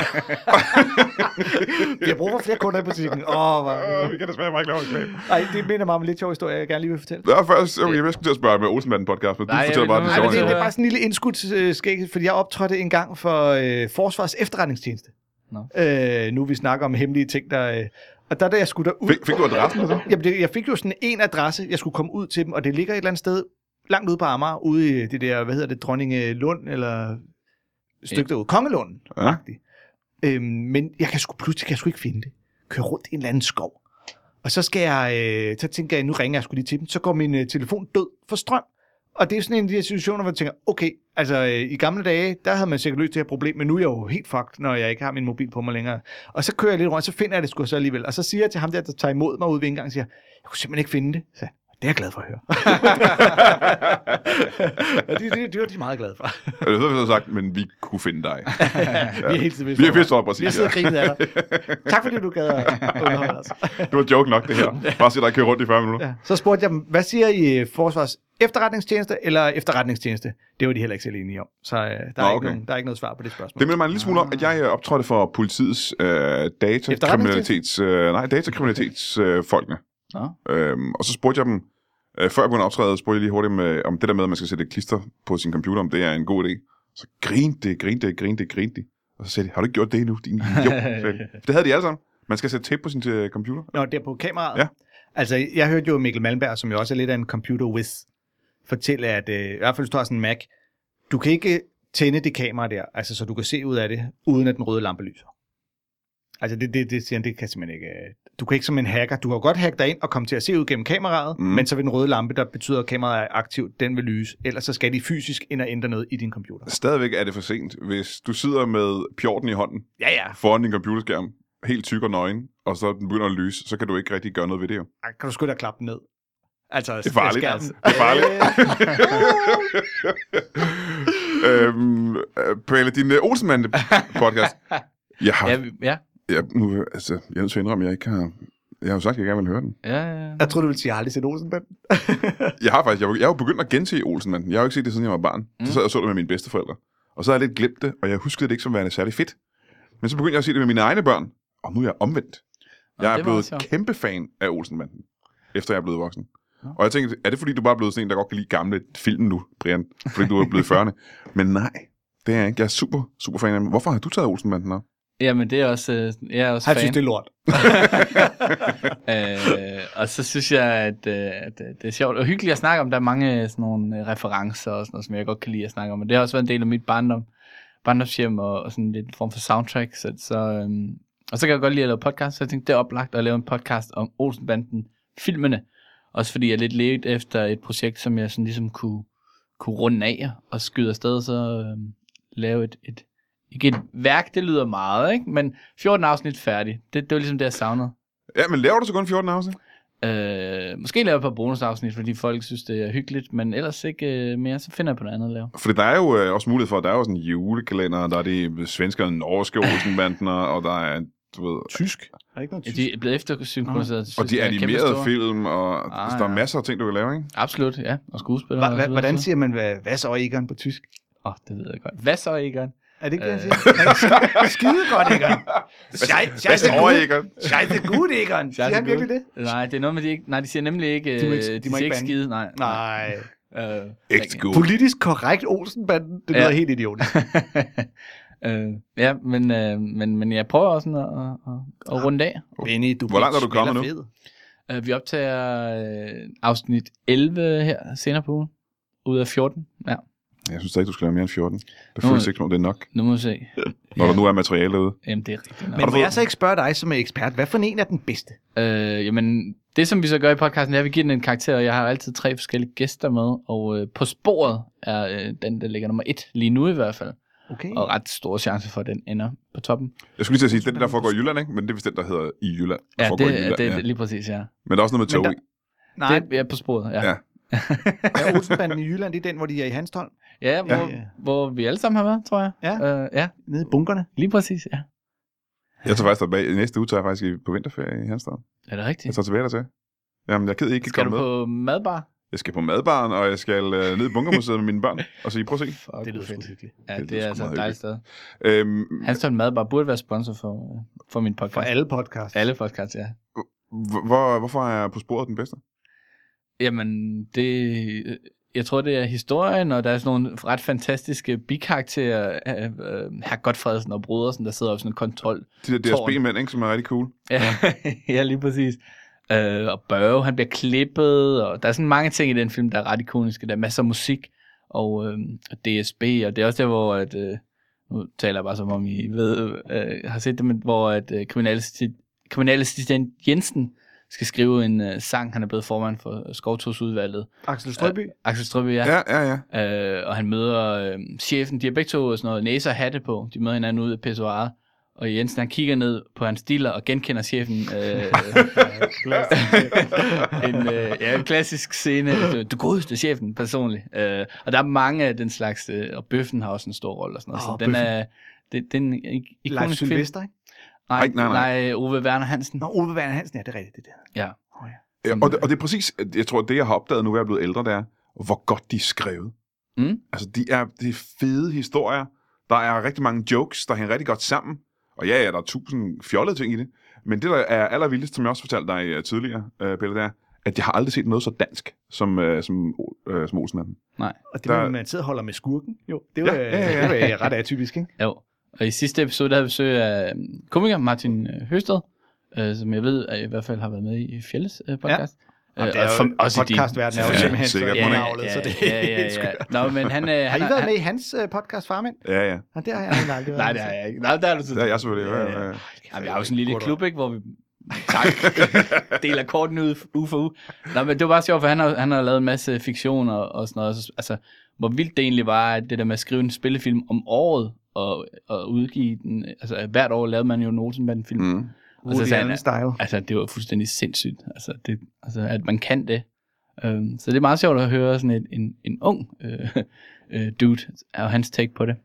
Speaker 2: Vi har brug for flere kunder i butikken. Åh, oh,
Speaker 1: Øh, vi kan desværre bare ikke lave reklame.
Speaker 2: Ej, det minder mig om en lidt sjov historie, jeg gerne lige vil fortælle.
Speaker 1: Ja, først, okay, jeg skulle til at spørge med Olsenmanden podcast, men du
Speaker 3: Nej, jeg
Speaker 1: fortæller
Speaker 3: ved
Speaker 1: bare den
Speaker 3: nu-
Speaker 2: Ej, men
Speaker 1: sjove.
Speaker 2: det, det
Speaker 1: historie.
Speaker 2: er bare sådan en lille indskudskæg, fordi jeg optrådte en gang for øh, Forsvars Efterretningstjeneste.
Speaker 3: Nå.
Speaker 2: Øh, nu vi snakker om hemmelige ting, der... Øh, og der, da jeg skulle derud...
Speaker 1: Fik- fik du adressen, eller
Speaker 2: Jamen, det, jeg fik jo sådan en adresse, jeg skulle komme ud til dem, og det ligger et eller andet sted langt ude på Amager, ude i det der, hvad hedder det, Dronninge Lund, eller et stykke
Speaker 3: Ja.
Speaker 2: derude, Kongelunden.
Speaker 1: Ja.
Speaker 2: Øhm, men jeg kan sgu pludselig kan jeg sgu ikke finde det. Kører rundt i en eller anden skov. Og så skal jeg, øh, så tænker jeg, nu ringer jeg skulle lige til dem. Så går min øh, telefon død for strøm. Og det er sådan en af de her situationer, hvor jeg tænker, okay, altså øh, i gamle dage, der havde man sikkert løst det her problem, men nu er jeg jo helt fucked, når jeg ikke har min mobil på mig længere. Og så kører jeg lidt rundt, så finder jeg det sgu så alligevel. Og så siger jeg til ham der, der tager imod mig ude ved indgangen, siger, jeg kunne simpelthen ikke finde det. Så, jeg, det er jeg glad for at høre. og det, det, det var de meget glade for.
Speaker 1: Eller så har jeg sagt, men vi kunne finde dig.
Speaker 2: vi er helt tilbage.
Speaker 1: Vi har vist op,
Speaker 2: Vi har
Speaker 1: præcis.
Speaker 2: siddet
Speaker 1: Ja.
Speaker 2: og grinet af dig. Tak fordi du gad at underholde os.
Speaker 1: Det var joke nok, det her. Bare se dig køre rundt i 40 minutter.
Speaker 2: Ja. Så spurgte jeg dem, hvad siger I øh, forsvars efterretningstjeneste eller efterretningstjeneste? Det var de heller ikke selv enige om. Så øh, der, er
Speaker 1: Nå,
Speaker 2: ikke
Speaker 1: okay.
Speaker 2: nogen, der er ikke noget svar på det spørgsmål.
Speaker 1: Det minder mig en lille smule om, at jeg øh, optrådte for politiets øh, datakriminalitets... Øh, nej, datakriminalitetsfolkene. Øh, folkene.
Speaker 3: Nå.
Speaker 1: Øhm, og så spurgte jeg dem, øh, før jeg begyndte at optræde, spurgte jeg lige hurtigt, om, øh, om det der med, at man skal sætte et klister på sin computer, om det er en god idé. Så grinte det, grinte det, grinte det, grinte det. Og så sagde de, har du ikke gjort det endnu, din idiot? sagde de. det havde de alle sammen. Man skal sætte tape på sin øh, computer.
Speaker 2: Nå, det er på kameraet?
Speaker 1: Ja.
Speaker 2: Altså, jeg hørte jo Mikkel Malmberg, som jo også er lidt af en computer whiz, fortælle, at øh, i hvert fald, hvis du har sådan en Mac, du kan ikke tænde det kamera der, altså så du kan se ud af det, uden at den røde lampe lyser. Altså, det, det, det siger han, det kan simpelthen ikke... øh, Du kan ikke som en hacker, du kan godt hacke dig ind og komme til at se ud gennem kameraet,
Speaker 1: Mm.
Speaker 2: mm. men så vil den røde lampe, der betyder, at kameraet er aktivt, den vil lyse. Ellers så skal de fysisk ind og ændre noget i din computer.
Speaker 1: Stadigvæk er det for sent, hvis du sidder med pjorten i hånden
Speaker 2: Ja, ja.
Speaker 1: foran din computerskærm, helt tyk og nøgen, og så den begynder at lyse, så kan du ikke rigtig gøre noget ved det jo.
Speaker 2: Ej, Kan du sgu da klappe den ned? Altså,
Speaker 1: Det er farligt,
Speaker 2: skærmen.
Speaker 1: altså. Det er farligt. øhm, øh, Pelle, din uh, Olsenmande podcast. Jeg har,
Speaker 3: Ja,
Speaker 1: jeg,
Speaker 3: vi- ja,
Speaker 1: nu, altså, jeg er nødt til at indrømme, at jeg ikke har... Jeg har jo sagt, at jeg gerne vil høre den.
Speaker 3: ja, ja, ja.
Speaker 2: Jeg tror du ville sige, at jeg har aldrig set Olsenbanden.
Speaker 1: Jeg har faktisk, jeg, var- jeg er jo begyndt at gense Olsenmanden. Jeg har jo ikke set det, siden jeg var barn. Mm. Så sad jeg og så det med mine bedsteforældre. Og så har jeg lidt glemt det, og jeg huskede det ikke som værende særlig fedt. Men så begyndte jeg at se det med mine egne børn, og nu er jeg omvendt. Jeg
Speaker 3: det
Speaker 1: er
Speaker 3: var
Speaker 1: blevet
Speaker 3: også sjovt.
Speaker 1: kæmpe fan af Olsenmanden, efter jeg er blevet voksen. Og jeg tænkte, er det fordi, du bare er blevet sådan en, der godt kan lide gamle film nu, Brian? Fordi du er blevet 40'erne. Men nej, det er jeg ikke. Jeg er super, super fan af dem. Hvorfor har du taget Olsenmanden op?
Speaker 3: Jamen, det er også, øh, jeg er også
Speaker 2: Han
Speaker 3: fan.
Speaker 2: synes, det er lort.
Speaker 3: Øh, og så synes jeg, at, øh, at øh, det er sjovt og hyggeligt at snakke om. Der er mange øh, sådan nogle øh, referencer og sådan noget, som jeg godt kan lide at snakke om. Og det har også været en del af mit barndom, barndomshjem og, og sådan lidt en form for soundtrack. Så, så, øhm, og så kan jeg godt lide at lave podcast, så jeg tænkte, det er oplagt at lave en podcast om Olsenbanden, filmene. Også fordi jeg lidt ledte efter et projekt, som jeg sådan ligesom kunne, kunne runde af og skyde afsted, så øhm, lave et, et, ikke et værk, det lyder meget, ikke? men 14 afsnit færdig. Det, det var ligesom det, jeg savnede.
Speaker 1: Ja, men laver du så kun 14 afsnit?
Speaker 3: Øh, måske lave et par bonusafsnit, fordi folk synes, det er hyggeligt, men ellers ikke øh, mere, så finder jeg på noget andet at lave.
Speaker 1: Fordi der er jo øh, også mulighed for, at der er jo sådan en julekalender, der er de svenske og norske Olsenbanden, og der er, du ved,
Speaker 2: Tysk? Er ikke noget
Speaker 3: Ja,
Speaker 2: tysk?
Speaker 3: de er blevet eftersynkroniseret.
Speaker 1: og de animerede film, og
Speaker 3: Ah,
Speaker 1: ah, der er
Speaker 3: ja.
Speaker 1: masser af ting, du kan lave, ikke?
Speaker 3: Absolut, ja. Og skuespillere.
Speaker 2: Hva,
Speaker 3: og
Speaker 2: hva,
Speaker 3: så videre,
Speaker 2: hvordan
Speaker 3: så
Speaker 2: siger man, hvad, hvad så Egon på tysk?
Speaker 3: videre. Åh, oh, det ved jeg godt. Hvad så, Egon?
Speaker 2: Er det ikke det, han
Speaker 3: Øh.
Speaker 2: siger? Skide godt, Egon. Schei-
Speaker 1: Hvad
Speaker 2: Scheiße
Speaker 1: over,
Speaker 2: gut.
Speaker 1: Egon?
Speaker 2: Scheiße gut, Egon. Siger han virkelig det?
Speaker 3: Nej, det er noget med, de ikke... Nej, de siger nemlig ikke...
Speaker 2: De må
Speaker 3: øh,
Speaker 2: ikke- de
Speaker 3: de,
Speaker 2: må ikke
Speaker 3: siger ikke
Speaker 2: bande.
Speaker 3: skide, nej.
Speaker 2: Nej.
Speaker 3: Øh,
Speaker 1: Echt god.
Speaker 2: Politisk korrekt Olsenbanden, det
Speaker 3: Ja.
Speaker 2: lyder helt idiotisk.
Speaker 3: øh, ja, men, øh, men, men jeg prøver også sådan at, at, at-
Speaker 2: Ah.
Speaker 3: at runde af.
Speaker 2: Benny, du
Speaker 1: Hvor langt er du kommet nu?
Speaker 2: spiller fed.
Speaker 3: Øh, vi optager øh, afsnit 11 her senere på ugen. Ud af 14. Ja,
Speaker 1: Jeg synes da ikke, du skal lave mere end 14. Det
Speaker 3: Nå,
Speaker 1: føles
Speaker 3: ja.
Speaker 1: ikke, som om det er nok,
Speaker 3: nu må vi se.
Speaker 1: når der nu er materiale derude.
Speaker 3: Jamen, det er rigtigt nok.
Speaker 2: Men må
Speaker 1: fået-
Speaker 2: jeg så ikke spørge dig som er ekspert, hvad for en er den bedste?
Speaker 3: Øh, jamen, det som vi så gør i podcasten, det er, at vi giver den en karakter, og jeg har altid tre forskellige gæster med, og øh, på sporet er øh, den, der ligger nummer et, lige nu i hvert fald,
Speaker 2: Okay.
Speaker 3: og ret store chancer for, at den ender på toppen.
Speaker 1: Jeg skulle lige til at sige, den der foregår i Jylland, ikke? Men det er vist den, der hedder i Jylland. der
Speaker 3: Ja,
Speaker 1: foregår
Speaker 3: det,
Speaker 1: i Jylland,
Speaker 3: det, det
Speaker 1: ja.
Speaker 3: er lige præcis, ja.
Speaker 1: Men der er også noget med tog,
Speaker 2: Men der-
Speaker 1: ikke?
Speaker 2: Nej,
Speaker 3: Det er på sporet, ja.
Speaker 1: Ja.
Speaker 3: Ja,
Speaker 2: er Olsenbanden i Jylland, det er den, hvor de er i Hanstholm?
Speaker 3: ja, hvor,
Speaker 2: Ja.
Speaker 3: hvor vi alle sammen har været, tror jeg.
Speaker 2: Ja.
Speaker 3: Øh, ja,
Speaker 2: Nede i bunkerne?
Speaker 3: lige præcis, ja.
Speaker 1: Jeg tager faktisk tilbage. I næste uge tager jeg faktisk i- på vinterferie i Hanstad.
Speaker 3: Er det
Speaker 1: Jeg
Speaker 3: rigtigt?
Speaker 1: tager tilbage der til. Jamen, jeg er ked, I ikke Altså, kan
Speaker 3: Skal du
Speaker 1: komme med.
Speaker 3: på madbar?
Speaker 1: Jeg skal på madbaren, og jeg skal øh, ned i bunkermuseet med mine børn. Og så I prøv at se.
Speaker 3: Fuck,
Speaker 2: Det lyder
Speaker 3: hvor
Speaker 2: sgu
Speaker 3: fedt.
Speaker 2: hyggeligt.
Speaker 3: Ja,
Speaker 1: Det
Speaker 3: det,
Speaker 1: lyder
Speaker 3: er
Speaker 1: sgu
Speaker 3: altså et
Speaker 1: meget
Speaker 3: dejligt sted.
Speaker 1: Øhm,
Speaker 3: Hanstholm Madbar burde være sponsor for, øh, for min podcast.
Speaker 2: For alle podcasts.
Speaker 3: alle podcasts, ja.
Speaker 1: h- hvor, hvorfor er på sporet den bedste?
Speaker 3: Jamen, det... øh, Jeg tror, det er historien, og der er sådan nogle ret fantastiske bikarakterer. øh, øh, Herr Godfredsen og Brodersen, der sidder op i sådan en kontrol.
Speaker 1: De der DSB-mænd, ikke? Som er rigtig cool.
Speaker 3: Ja, ja lige præcis. Øh, og Børge, han bliver klippet, og der er sådan mange ting i den film, der er ret ikoniske. Der er masser af musik, og øh, og DSB, og det er også der, hvor... At, øh, nu taler jeg bare som om I ved, øh, har set det, men hvor at, øh, kriminalassistent- kriminalassistent Jensen skal skrive en øh, sang. Han er blevet formand for Skovtogsudvalget.
Speaker 2: Axel Strøby?
Speaker 3: Axel Strøbye, ja.
Speaker 1: Ja, ja, ja.
Speaker 3: Øh, og han møder øh, chefen, de har begge to sådan noget næser og hatte på. De møder hinanden ude i pissoiret. Og Jensen, han kigger ned på hans diller og genkender chefen. Øh, en, øh, ja, en klassisk scene. Du godeste chefen, personligt. Øh, og der er mange af den slags, øh, og bøffen har også en stor rolle og sådan noget.
Speaker 2: Åh,
Speaker 3: så den er, det, den er en ik-
Speaker 2: Leif
Speaker 3: ikonisk film.
Speaker 2: Sylvester, ikke?
Speaker 3: Nej,
Speaker 1: Nej,
Speaker 3: nej,
Speaker 1: nej,
Speaker 3: nej. Ove Werner Hansen.
Speaker 2: Nå, Ove Werner Hansen, ja, det er rigtigt, det der.
Speaker 3: Ja.
Speaker 2: Oh, ja.
Speaker 1: Ja, og, det, og det er præcis, jeg tror, det jeg har opdaget nu, hvor jeg er blevet ældre, det er, hvor godt de er skrevet.
Speaker 3: Mm.
Speaker 1: Altså, de er, det er fede historier. Der er rigtig mange jokes, der hænger rigtig godt sammen. Og ja, ja, der er tusind fjollede ting i det. Men det, der er allervildest, som jeg også fortalte dig øh, tidligere, øh, Pelle, det er, at jeg har aldrig set noget så dansk, som, øh, som, øh, som Olsenmanden.
Speaker 2: Og det, der...
Speaker 1: Der-
Speaker 2: med, at man sidder og holder med skurken, jo, det var,
Speaker 1: Ja, ja, ja, ja.
Speaker 2: Det var øh, ret atypisk, ikke?
Speaker 3: Jo. Og i sidste episode, der havde vi besøg af øhm, komiker Martin øh, Høsted, øh, som jeg ved, at i hvert fald har været med i Fjelles øh, podcast. Øh, Ja.
Speaker 2: Jamen, det er jo, også podcastverdenen er jo
Speaker 1: Ja,
Speaker 2: simpelthen så
Speaker 1: sikkert,
Speaker 2: ja,
Speaker 1: må det ikke?
Speaker 2: ja, så det er
Speaker 3: ja, ja, ja, ja. Nå, men han... Øh,
Speaker 2: Har
Speaker 3: han,
Speaker 2: I været
Speaker 3: han,
Speaker 2: med i hans øh, podcast, Farmand?
Speaker 1: Ja, ja.
Speaker 2: Nej, det har jeg aldrig været
Speaker 3: Nej,
Speaker 2: med
Speaker 3: det har
Speaker 2: til.
Speaker 3: jeg ikke. Nej, der er du
Speaker 1: Det er jeg selvfølgelig. Ja, ja, ja.
Speaker 3: Ja, vi har jo sådan en lille
Speaker 2: Godt
Speaker 3: klub, ikke, hvor vi tak, deler korten ud uge for uge. Nå, men det var bare sjovt, for han har, han har lavet en masse fiktion og, og sådan noget. Så- Altså, hvor vildt det egentlig var, at det der med at skrive en spillefilm om året, og, og udgive den. Altså, hvert år lavede man jo en Olsenbanden-film. Mm.
Speaker 1: Mm.
Speaker 3: Og så
Speaker 2: Woody
Speaker 3: sagde han,
Speaker 2: Allen style.
Speaker 3: Altså, det var fuldstændig sindssygt, altså, det, altså at man kan det. Um, så det er meget sjovt at høre sådan en, en, en ung øh, øh, dude og hans take på det.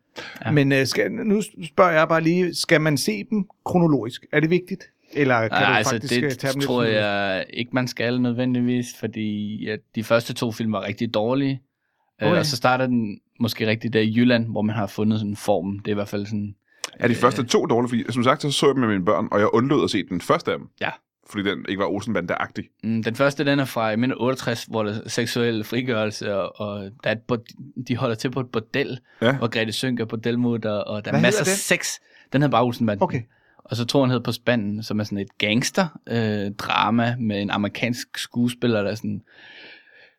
Speaker 3: Ja.
Speaker 2: Men øh, skal, nu spørger jeg bare lige, skal man se dem kronologisk? Er det vigtigt? Eller kan
Speaker 3: Nej,
Speaker 2: du
Speaker 3: altså,
Speaker 2: faktisk øh,
Speaker 3: det
Speaker 2: tage dem
Speaker 3: tror
Speaker 2: lidt sådan-
Speaker 3: jeg ikke, man skal nødvendigvis, fordi ja, de første to film var rigtig dårlige. Okay.
Speaker 2: Okay.
Speaker 3: Øh, og så starter den måske rigtig der i Jylland, hvor man har fundet sådan en form. Det er i hvert fald sådan...
Speaker 1: Er de første to dårlige? Fordi, som sagt, så så jeg dem med mine børn, og jeg undlod at se den første af dem.
Speaker 3: Ja.
Speaker 1: Fordi den ikke var Olsenbande-agtig.
Speaker 3: Mm, Den første, den er fra jeg mener 68, hvor der er seksuel frigørelse, og, og der er et bord- de holder til på et bordel,
Speaker 1: Ja.
Speaker 3: hvor Grete Sønk er bordelmutter, og der er
Speaker 2: Hvad
Speaker 3: masser af
Speaker 2: hedder
Speaker 3: sex. Den hedder bare Olsenbanden.
Speaker 2: Okay.
Speaker 3: Og så tror han hedder På Spanden, som er sådan et gangster-drama øh, drama med en amerikansk skuespiller, der sådan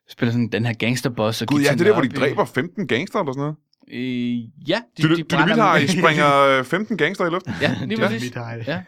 Speaker 3: spiller sådan den her gangsterboss. og
Speaker 1: Gud,
Speaker 3: Gita
Speaker 1: ja, det er der, hvor de
Speaker 3: Nørby.
Speaker 1: dræber 15 gangster eller sådan noget.
Speaker 3: Øh, ja, de, de, de brænder...
Speaker 1: Dynamithaj springer øh, 15 gangster i luften.
Speaker 3: Ja, lige
Speaker 2: Det er
Speaker 3: præcis.
Speaker 2: mit ej.
Speaker 3: Ja,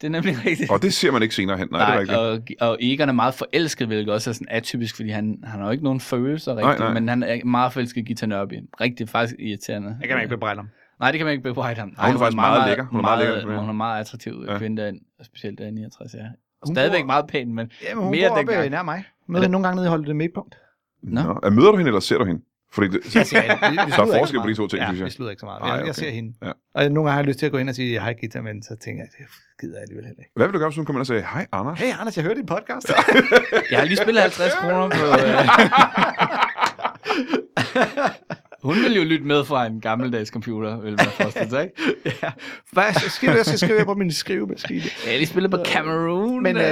Speaker 3: det er nemlig rigtigt.
Speaker 1: Og det ser man ikke senere hen, nej, nej det er rigtigt.
Speaker 3: og, og Egon er meget forelsket, hvilket også er sådan atypisk, fordi han, han har jo ikke nogen følelser rigtigt,
Speaker 1: nej.
Speaker 3: men han er meget forelsket i Gita Nørby. Rigtig faktisk irriterende.
Speaker 2: Jeg kan man ikke bebrejde ham.
Speaker 3: Nej, det kan man ikke bebrejde ham. Nej,
Speaker 1: faktisk meget lækker. Hun er meget lækker, som jeg.
Speaker 3: Hun er meget attraktiv
Speaker 1: Ja.
Speaker 3: ja. kvinde, derinde, og specielt der i 69, ja.
Speaker 2: Hun
Speaker 3: Stadigvæk
Speaker 2: bor-
Speaker 3: meget pæn, men
Speaker 2: Jamen, hun
Speaker 3: Mere
Speaker 2: bor oppe
Speaker 3: dengang.
Speaker 2: øh, nær mig.
Speaker 3: Er
Speaker 2: Møder
Speaker 3: det-
Speaker 2: hende nogle gange nede i Holdet Midtpunkt.
Speaker 3: Nå.
Speaker 1: Nå. Ja, møder du hende, eller ser du hende? Fordi det,
Speaker 2: Jeg ser hende. Vi- vi slutter ikke så
Speaker 1: forskel på
Speaker 2: meget.
Speaker 1: de to ting,
Speaker 2: ja,
Speaker 1: synes jeg.
Speaker 2: vi slutter ikke så meget.
Speaker 1: Nej,
Speaker 2: Nej, jeg,
Speaker 1: okay.
Speaker 2: jeg ser hende.
Speaker 1: Ja.
Speaker 2: Ja. Og nogle gange har jeg lyst til at gå ind og sige, hej Gita, men så tænker jeg, det gider jeg alligevel heller ikke.
Speaker 1: hvad vil du gøre, hvis hun kommer ind og siger, hej Anders?
Speaker 2: Hey Anders, jeg hørte din podcast.
Speaker 3: jeg har lige spillet 50 kroner på... Øh... Hun vil jo lytte med fra en gammeldags computer, vil man forestille sig, ikke?
Speaker 2: ja. Hvad skal jeg skal skrive på min skrivemaskine?
Speaker 3: Jeg har lige spillet på Cameroon.
Speaker 2: Men, øh,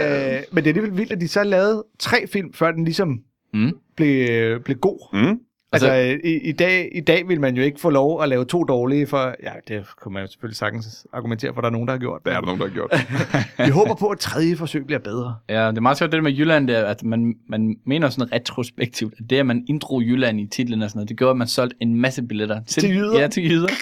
Speaker 2: men det er alligevel vildt, at de så lavede tre film, før den ligesom
Speaker 3: Mm.
Speaker 2: blev, øh, blev god.
Speaker 1: Mm?
Speaker 2: Altså,
Speaker 3: Altså-
Speaker 2: altså i, i, dag, i dag vil man jo ikke få lov at lave to dårlige, for ja, det kunne man jo selvfølgelig sagtens argumentere for, at der er nogen, der har gjort.
Speaker 1: Der er der nogen, der har gjort.
Speaker 2: Vi håber på, at tredje forsøg bliver bedre.
Speaker 3: Ja, det er meget sjovt, det der med Jylland, der, at man, man mener sådan retrospektivt, at det, at man inddrog Jylland i titlen og sådan noget, det gjorde, at man solgte en masse billetter til,
Speaker 2: Til jyder.
Speaker 3: Ja, til jyder. så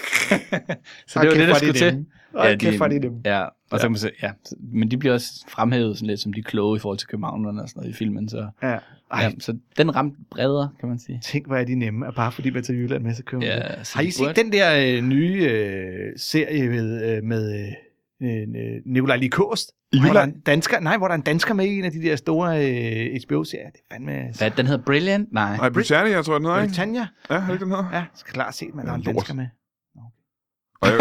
Speaker 2: Ej, kæft, hvor
Speaker 3: det var det, der
Speaker 2: er
Speaker 3: skulle til.
Speaker 2: nemme. Ej, kæft, hvor er det dem.
Speaker 3: Ja, og så kan man se, ja. så- Men de bliver også fremhævet sådan lidt som de kloge i forhold til københavnerne og sådan noget i filmen, så,
Speaker 2: Ja. Ej,
Speaker 3: ja, så den ramte bredere, kan man sige.
Speaker 2: Tænk, hvor er de nemme, at bare fordi man tager Jylland med, så kører man
Speaker 3: Ja,
Speaker 2: det.
Speaker 3: så
Speaker 2: Har I
Speaker 3: de
Speaker 2: set
Speaker 3: burde-
Speaker 2: den der øh, nye øh, serie med, øh, med øh, øh, Nikolaj Likåst?
Speaker 1: I
Speaker 2: Hvor der er
Speaker 1: Jylland?
Speaker 2: en dansker, nej, hvor der er en dansker med i en af de der store øh, HBO-serier. Det er fandme...
Speaker 3: Hvad, den hedder Brilliant? Nej.
Speaker 1: Nej, Britannia, tror jeg, den hedder, ikke?
Speaker 2: Britannia?
Speaker 1: Ja, er det ikke den hedder?
Speaker 2: Ja, så klart set, man der er en
Speaker 1: Lort.
Speaker 2: dansker med.
Speaker 1: Og jeg,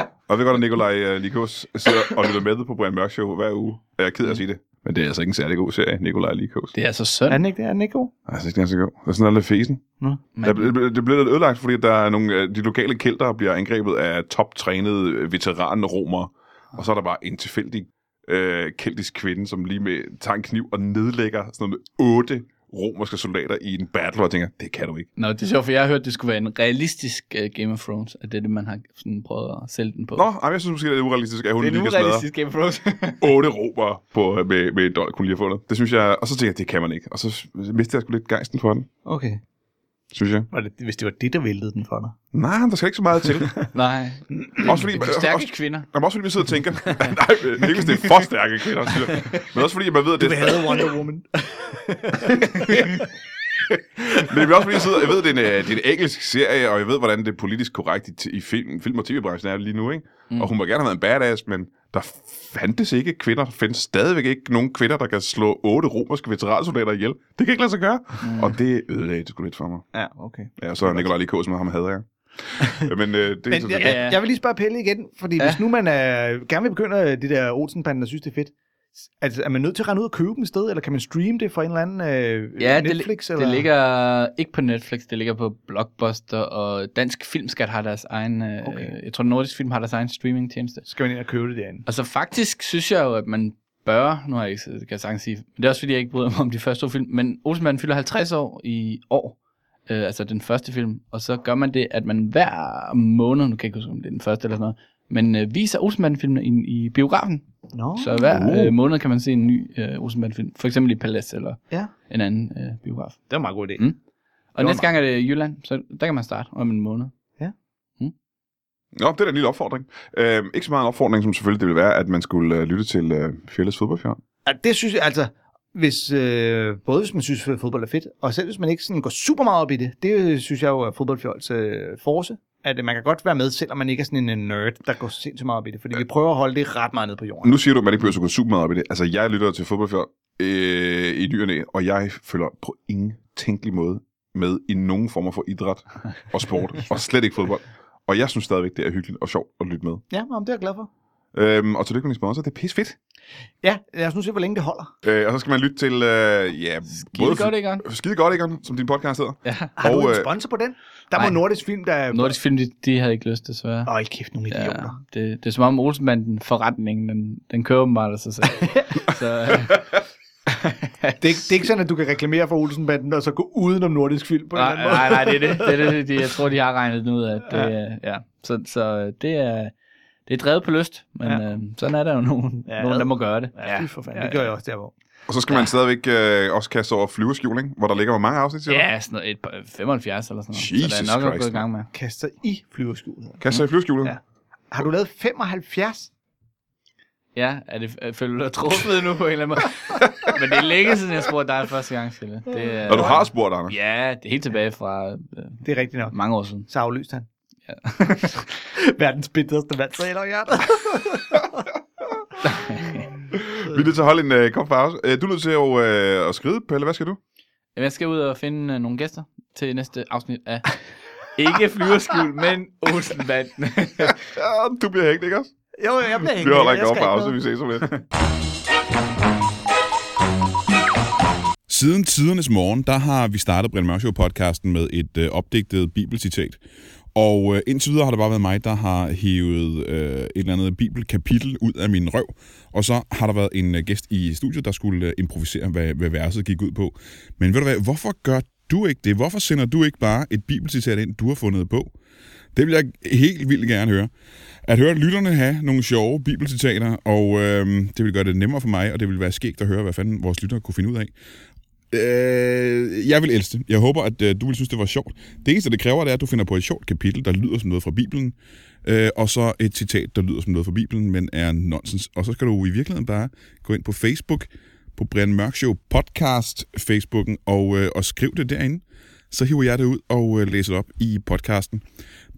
Speaker 1: og jeg ved godt, at Nikolaj uh, Likos sidder og lytter med på Brian Mørk Show hver uge. Og jeg er ked af at sige det. Men det er altså ikke en særlig god serie, Nikolaj Likos. Det...
Speaker 3: Det er så
Speaker 2: Er
Speaker 3: synd.
Speaker 2: den ikke det? Er den ikke god?
Speaker 1: Altså, det er ikke så god. Det er sådan lidt fesen. Der,
Speaker 3: Man,
Speaker 1: ble- det blev lidt ødelagt, fordi der er nogle, øh, de lokale kælder der bliver angrebet af toptrænede øh, veteranromere. Og så er der bare en tilfældig øh, keltisk kvinde, som lige med tager en kniv og nedlægger sådan noget otte romerske soldater i en battle, og jeg tænker, det kan du ikke.
Speaker 3: Nå, det er sjovt, for jeg har hørt, at det skulle være en realistisk uh, Game of Thrones, at det er det, man har sådan prøvet at sælge den på.
Speaker 1: Nå, ej, jeg synes måske, det er urealistisk, at hun lige kan smadre
Speaker 3: Game of Thrones.
Speaker 1: otte romer på, øh, med, med en dolk, hun lige har fundet. Det synes jeg, og så tænker jeg, det kan man ikke. Og så mistede jeg sgu lidt gejsten for den,
Speaker 2: Okay.
Speaker 1: synes jeg.
Speaker 2: Var det, hvis det var det, der væltede den for dig.
Speaker 1: Nej, der skal ikke så meget til.
Speaker 3: Nej,
Speaker 1: også fordi,
Speaker 3: det er stærke
Speaker 1: også,
Speaker 3: kvinder.
Speaker 1: Jamen også fordi man sidder og tænker, nej, men ikke hvis det er for stærke kvinder, siger. jeg. men også fordi man ved, at det,
Speaker 2: havde Wonder Woman.
Speaker 1: men det er også fordi jeg, sidder, jeg ved, at det er, en, øh, det er en engelsk serie, og jeg ved, hvordan det er politisk korrekt i, t- i film, film- og tv-branchen er lige nu, ikke? Mm. Og hun må gerne have været en badass, men der fandtes ikke kvinder, der findes stadigvæk ikke nogen kvinder, der kan slå otte romerske veteransoldater ihjel. Det kan ikke lade sig gøre, mm. og det ødelagde det sgu lidt for mig.
Speaker 2: ja, okay.
Speaker 1: Ja, så er Nikolaj Likås med ham hader jeg. Men øh, det er
Speaker 2: Men
Speaker 1: sådan,
Speaker 2: jeg,
Speaker 1: ja,
Speaker 3: ja.
Speaker 2: jeg, jeg vil lige spørge Pelle igen, fordi ja.
Speaker 3: Ja.
Speaker 2: hvis nu man er, gerne vil begynde øh, det der Olsenbanden og synes, det er fedt, s- altså, er man nødt til at rende ud og købe dem et sted, eller kan man streame det fra en eller anden øh,
Speaker 3: Ja, det,
Speaker 2: Netflix?
Speaker 3: det
Speaker 2: eller?
Speaker 3: ligger ikke på Netflix, det ligger på Blockbuster, og Dansk Filmskat har deres egen, øh,
Speaker 2: Okay.
Speaker 3: jeg tror Nordisk Film har deres egen streamingtjeneste.
Speaker 2: Skal man ind og købe det derinde?
Speaker 3: Og så faktisk synes jeg jo, at man bør, nu har jeg ikke, det kan jeg sagtens sige, men det er også fordi, jeg ikke bryder mig om de første to film, men Olsenbanden fylder 50 år i år, øh, altså den første film, og så gør man det, at man hver måned, nu kan jeg ikke huske, om det er den første eller sådan noget, men øh, viser Olsenbanden-filmene i, i biografen.
Speaker 2: Nå,
Speaker 3: Så hver
Speaker 2: Oh.
Speaker 1: Uh.
Speaker 3: øh, måned kan man se en ny øh, Olsenbanden-film, for eksempel i Palace eller
Speaker 2: Ja.
Speaker 3: en anden øh, biograf.
Speaker 2: det var en meget god idé.
Speaker 3: Mm. Og
Speaker 2: Det var
Speaker 3: næste gang er det Jylland, så der kan man starte om en måned.
Speaker 1: Nå, det er da en lille opfordring. Øh, ikke så meget en opfordring, som selvfølgelig det ville være, at man skulle øh, lytte til øh, Fjelles fodboldfjern.
Speaker 2: Ja, det synes jeg, altså, hvis, øh, både hvis man synes, at fodbold er fedt, og selv hvis man ikke sådan går super meget op i det, det øh, synes jeg jo er fodboldfjols øh, force, at øh, man kan godt være med, selvom man ikke er sådan en øh, nerd, der går sindssygt meget op i det, fordi vi prøver at holde det ret meget ned på jorden.
Speaker 1: Nu siger du, at man ikke behøver at gå super meget op i det. Altså, jeg lytter til fodboldfjern øh, i ny og næ, og jeg følger på ingen tænkelig måde med i nogen former for idræt og sport, og slet ikke fodbold. Og jeg synes stadigvæk, det er hyggeligt og sjovt at lytte med.
Speaker 2: Ja, men det er jeg glad for.
Speaker 1: Øhm, og tillykke med din sponsor, det er pis fedt.
Speaker 2: Ja, lad os nu se, hvor længe det holder.
Speaker 1: Øh, og så skal man lytte til, øh, ja,
Speaker 3: Skide godt, ikke? Aaron?
Speaker 1: Skide godt, Egon, som din podcast hedder.
Speaker 3: Ja.
Speaker 2: Har
Speaker 1: Og,
Speaker 2: du en
Speaker 1: øh,
Speaker 2: sponsor på den? Der må
Speaker 3: nej.
Speaker 2: Nordisk Film, der...
Speaker 3: Nordisk Film, de, de havde ikke lyst, desværre.
Speaker 2: Åh, oh, kæft, nogle
Speaker 3: Ja,
Speaker 2: idioter.
Speaker 3: det, det er som om Olsenbanden forretningen, den, den kører åbenbart af sig selv. så, øh,
Speaker 2: Det, er, ikke- det er ikke sådan, at du kan reklamere for Olsenbanden, og så gå udenom Nordisk Film på en eller
Speaker 3: nej,
Speaker 2: anden måde.
Speaker 3: nej, nej, det er det. det, er det de, jeg tror, de har regnet den ud af. Det, ja. Ja. Så, så det, er, det er drevet på lyst, men
Speaker 2: Ja.
Speaker 3: ja. øh, sådan er der jo nogen,
Speaker 2: Ja,
Speaker 3: ja, nogen
Speaker 2: ad.
Speaker 3: der må gøre det.
Speaker 2: Ja, fy for fanden,
Speaker 3: Ja,
Speaker 2: det gør jeg også der, hvor.
Speaker 1: Og så skal man stadigvæk øh, også kaste sig over flyverskjul, ikke? hvor der ligger hvor mange afsnit til.
Speaker 3: Ja, sådan noget, et, par- 75 eller sådan noget. så
Speaker 1: Jesus
Speaker 3: der er nok at gå
Speaker 1: Christ,
Speaker 3: i gang med.
Speaker 2: Kaster i flyverskjulet.
Speaker 1: Kaste sig i flyverskjulet.
Speaker 2: Ja. Har du lavet 75?
Speaker 3: Ja, er det, er- føler du dig truffet nu på en eller anden måde? men det er længe siden, jeg spurgte dig første gang, Sille. Det, er-
Speaker 1: Når du har spurgt, Anders.
Speaker 3: Ja, det er helt tilbage fra øh,
Speaker 2: Det er rigtigt nok.
Speaker 3: mange år siden.
Speaker 2: Så aflyste han. Verdens bitterste mand, så hælder hjertet.
Speaker 1: Vi Vi er nødt til at holde en øh, kort pause. Øh, du er nødt til at, øh, at skride, Pelle. Hvad skal du?
Speaker 3: Jamen, jeg skal ud og finde øh, nogle gæster til næste afsnit af... ikke flyverskjul, men Olsenbanden.
Speaker 1: Ja, du bliver hængt, ikke også?
Speaker 2: Jo, jeg bliver ikke.
Speaker 1: Vi holder en kort pause. Vi ses om lidt.
Speaker 4: Siden tidernes morgen, der har vi startet Brian Mørk Show podcasten med et øh, opdigtet bibelcitat. Og øh, indtil videre har det bare været mig, der har hævet øh, et eller andet bibelkapitel ud af min røv. Og så har der været en øh, gæst i studiet, der skulle øh, improvisere, hvad, hvad verset gik ud på. Men ved du hvad, hvorfor gør du ikke det? Hvorfor sender du ikke bare et bibelcitat ind, du har fundet på? Det vil jeg helt vildt gerne høre. At høre lytterne have nogle sjove bibelcitater, og øh, det vil gøre det nemmere for mig, og det vil være skægt at høre, hvad fanden vores lyttere kunne finde ud af. Øh, jeg vil elske det. Jeg håber, at øh, du vil synes, det var sjovt. Det eneste, det kræver, det er, at du finder på et sjovt kapitel, der lyder som noget fra Bibelen, øh, og så et citat, der lyder som noget fra Bibelen, men er nonsens. Og så skal du i virkeligheden bare gå ind på Facebook, på Brian Mørk Show Podcast Facebooken, og, øh, og skriv det derinde. Så hiver jeg det ud og øh, læser det op i podcasten.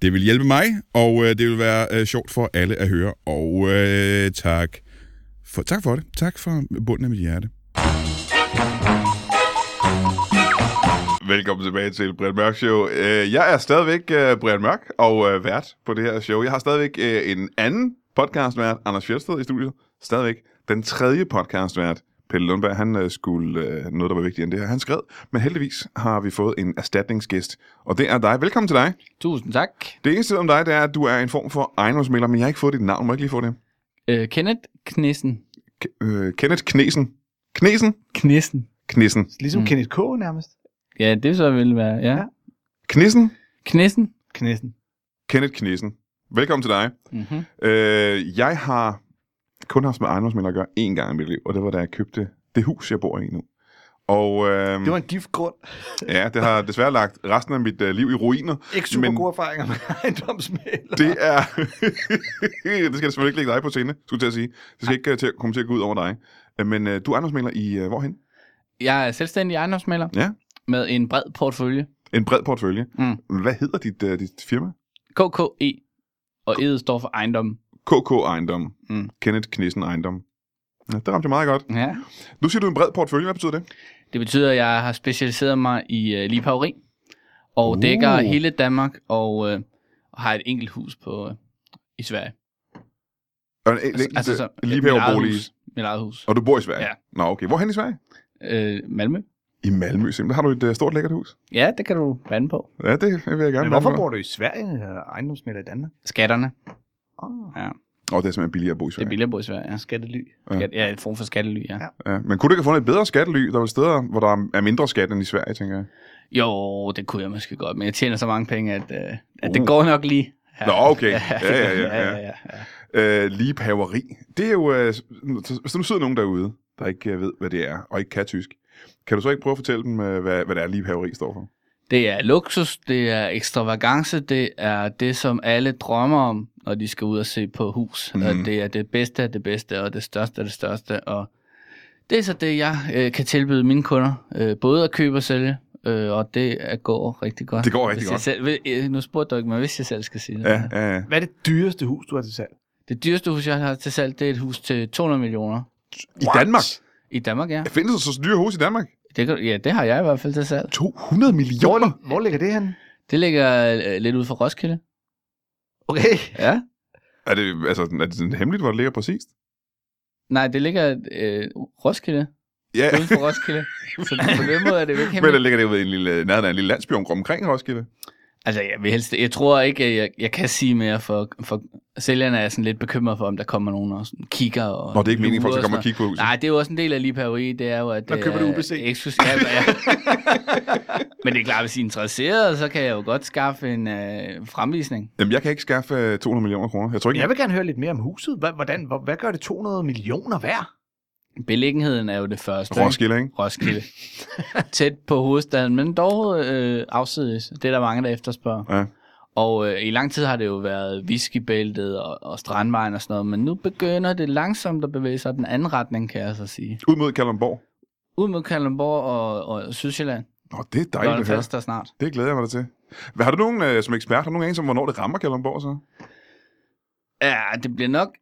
Speaker 4: Det vil hjælpe mig, og øh, det vil være øh, sjovt for alle at høre. Og øh, tak, for, tak for det. Tak for bunden af mit hjerte.
Speaker 1: Velkommen tilbage til Brian Mørk Show. Øh, Jeg er stadigvæk øh, Brian Mørk og øh, vært på det her show. Jeg har stadigvæk øh, en anden podcastvært, Anders Fjeldsted, i studiet. Stadigvæk den tredje podcastvært, Pelle Lundberg, han øh, skulle øh, noget, der var vigtigere end det her. Han skred, men heldigvis har vi fået en erstatningsgæst, og det er dig. Velkommen til dig.
Speaker 3: Tusind tak.
Speaker 1: Det eneste om dig, det er, at du er en form for ejendomsmælder, men jeg har ikke fået dit navn. Må jeg ikke lige få det?
Speaker 3: Øh, Kenneth Knissen.
Speaker 1: K- øh, Kenneth Knesen. Knesen?
Speaker 3: Knissen.
Speaker 1: Knesen.
Speaker 2: Ligesom
Speaker 3: Mm.
Speaker 2: mm. Kenneth K. nærmest.
Speaker 3: Ja, det så ville være, ja. ja.
Speaker 2: Ja.
Speaker 1: Knesen?
Speaker 3: Knissen.
Speaker 2: Knæsen.
Speaker 1: Mm. Kenneth Knesen. Velkommen til dig.
Speaker 3: Mm-hmm.
Speaker 1: Øh, jeg har kun haft med ejendomsmænd at gøre én gang i mit liv, og det var da jeg købte det hus, jeg bor i nu. Og øh,
Speaker 2: Det var en gift grund.
Speaker 1: ja, det har desværre lagt resten af mit øh, liv i ruiner.
Speaker 2: Ikke super
Speaker 1: Men-
Speaker 2: Men... gode erfaringer med ejendomsmælder.
Speaker 1: Det er... det skal selvfølgelig ikke lægge dig på sinde, skulle jeg til at sige. Det skal ikke øh, til at komme til at gå ud over dig. Øh, Men øh, du er ejendomsmæler i øh, hvorhen?
Speaker 3: Jeg er selvstændig ejendomsmaler
Speaker 1: Ja.
Speaker 3: med en bred portefølje.
Speaker 1: En bred portefølje.
Speaker 3: Mm.
Speaker 1: Hvad hedder dit, øh, dit firma?
Speaker 3: KKE. E. Og E'et står for ejendom.
Speaker 1: KK Ejendom.
Speaker 3: Mm.
Speaker 1: Kenneth Knissen Ejendom. Ja, det ramte jeg meget godt.
Speaker 3: Ja.
Speaker 1: Nu siger du en bred portefølje. Hvad betyder det?
Speaker 3: Det betyder, at jeg har specialiseret mig i øh, ligehaveri, og
Speaker 1: Uh.
Speaker 3: dækker hele Danmark, og øh, har et enkelt hus på øh, i Sverige.
Speaker 1: Og en, en, altså, altså, lige
Speaker 3: mit eget
Speaker 1: bolig.
Speaker 3: hus. Mit eget hus.
Speaker 1: Og du bor i Sverige?
Speaker 3: Ja.
Speaker 1: Nå, okay. Hvorhen i Sverige?
Speaker 3: Øh, Malmø.
Speaker 1: I Malmø simpelthen. Der har du et øh, stort lækkert hus.
Speaker 3: Ja, det kan du bande på.
Speaker 1: Ja, det vil jeg gerne.
Speaker 2: Men hvorfor
Speaker 1: anbefale.
Speaker 2: bor du i Sverige, øh, ejendomsmælder i Danmark?
Speaker 3: Skatterne.
Speaker 2: Oh,
Speaker 1: Åh, det er simpelthen billigere at bo i
Speaker 3: Det er
Speaker 1: Sverige.
Speaker 3: billigere at bo i Sverige, ja.
Speaker 2: skattely.
Speaker 3: Skat, ja, et form for skattely, ja.
Speaker 2: Ja.
Speaker 1: Ja. Men kunne du ikke have fundet et bedre skattely? Der var steder, hvor der er mindre skat end i Sverige, tænker jeg.
Speaker 3: Jo, det kunne jeg måske godt, men jeg tjener så mange penge, at, øh, at
Speaker 1: Uh.
Speaker 3: det går nok lige. Ja.
Speaker 1: Nå, okay.
Speaker 3: det
Speaker 1: Ja, ja,
Speaker 3: gør-
Speaker 1: ja, ja.
Speaker 3: ja.
Speaker 1: Øh, lige paveri. Det er jo... Øh, så- hvis der nu sidder nogen derude, der ikke øh, ved, hvad det er, og ikke kan tysk, kan du så ikke prøve at fortælle dem, øh, hvad, hvad det er, lige paveri står for?
Speaker 3: Det er luksus, det er ekstravagance, det er det, som alle drømmer om, når de skal ud og se på hus.
Speaker 1: Mhm.
Speaker 3: Mm. Og det er det bedste af det bedste, og det største af det største. Og det er så det, jeg øh, kan tilbyde mine kunder, øh, både at købe og sælge, øh, og det er, går rigtig godt.
Speaker 1: Det går rigtig
Speaker 3: hvis
Speaker 1: godt.
Speaker 3: Jeg selv, vil- øh, nu spurgte du ikke mig, hvis jeg selv skal sige det.
Speaker 1: Ja, ja, ja.
Speaker 2: Hvad er det dyreste hus, du har til salg?
Speaker 3: Det dyreste hus, jeg har til salg, det er et hus til 200 millioner.
Speaker 1: I Danmark?
Speaker 3: I Danmark, ja.
Speaker 1: Findes der så dyre hus i Danmark?
Speaker 3: Det, kan, ja, det har jeg i hvert fald til salg.
Speaker 1: 200 millioner?
Speaker 2: Hvor ligger det henne?
Speaker 3: Det ligger øh, lidt ud for Roskilde.
Speaker 2: Okay.
Speaker 3: Ja.
Speaker 1: Er det, altså, er det sådan hemmeligt, hvor det ligger præcist?
Speaker 3: Nej, det ligger øh, Roskilde.
Speaker 1: Ja,
Speaker 3: uden for Roskilde. Så på den måde er det jo
Speaker 1: men der
Speaker 3: ikke hemmeligt.
Speaker 1: ligger det jo i en lille, nærheden af en lille landsby omkring Roskilde.
Speaker 3: Altså, jeg, vil helst, jeg tror ikke, at jeg, jeg kan sige mere, for, for sælgerne er sådan lidt bekymret for, om der kommer nogen og sådan kigger. Og
Speaker 1: Nå, det er ikke meningen,
Speaker 3: lurer
Speaker 1: folk skal komme og
Speaker 3: sådan
Speaker 1: kigge på
Speaker 3: noget.
Speaker 1: huset.
Speaker 3: Nej, det er jo også en del af lipaveri, det er jo, at
Speaker 2: Der køber du UBC.
Speaker 3: eksklusivt. Ja, ja. Men det er klart, hvis I er interesseret, så kan jeg jo godt skaffe en øh, fremvisning.
Speaker 1: Jamen, jeg kan ikke skaffe øh, 200 millioner kroner. Jeg tror ikke,
Speaker 2: Jeg vil gerne høre lidt mere om huset. Hvad, hvordan, hvor, hvad gør det 200 millioner værd?
Speaker 3: Beliggenheden er jo det første. ikke?
Speaker 1: Roskilde, ikke?
Speaker 3: Roskilde. Tæt på hovedstaden, men dog øh, afsides. Det er der mange, der efterspørger.
Speaker 1: Ja.
Speaker 3: Og øh, i lang tid har det jo været whiskybæltet og, og strandvejen og sådan noget, men nu begynder det langsomt at bevæge sig den anden retning, kan jeg så sige.
Speaker 1: Ud mod Kalundborg.
Speaker 3: Ud mod Kalundborg og, og Sydsjælland.
Speaker 1: Nå, det er dejligt
Speaker 3: Lolland
Speaker 1: at høre.
Speaker 3: Falster snart.
Speaker 1: Det glæder jeg mig da til. Hvad, har du nogen øh, som ekspert, har du nogen anelse om, hvornår det rammer Kalundborg så?
Speaker 3: Ja, det bliver nok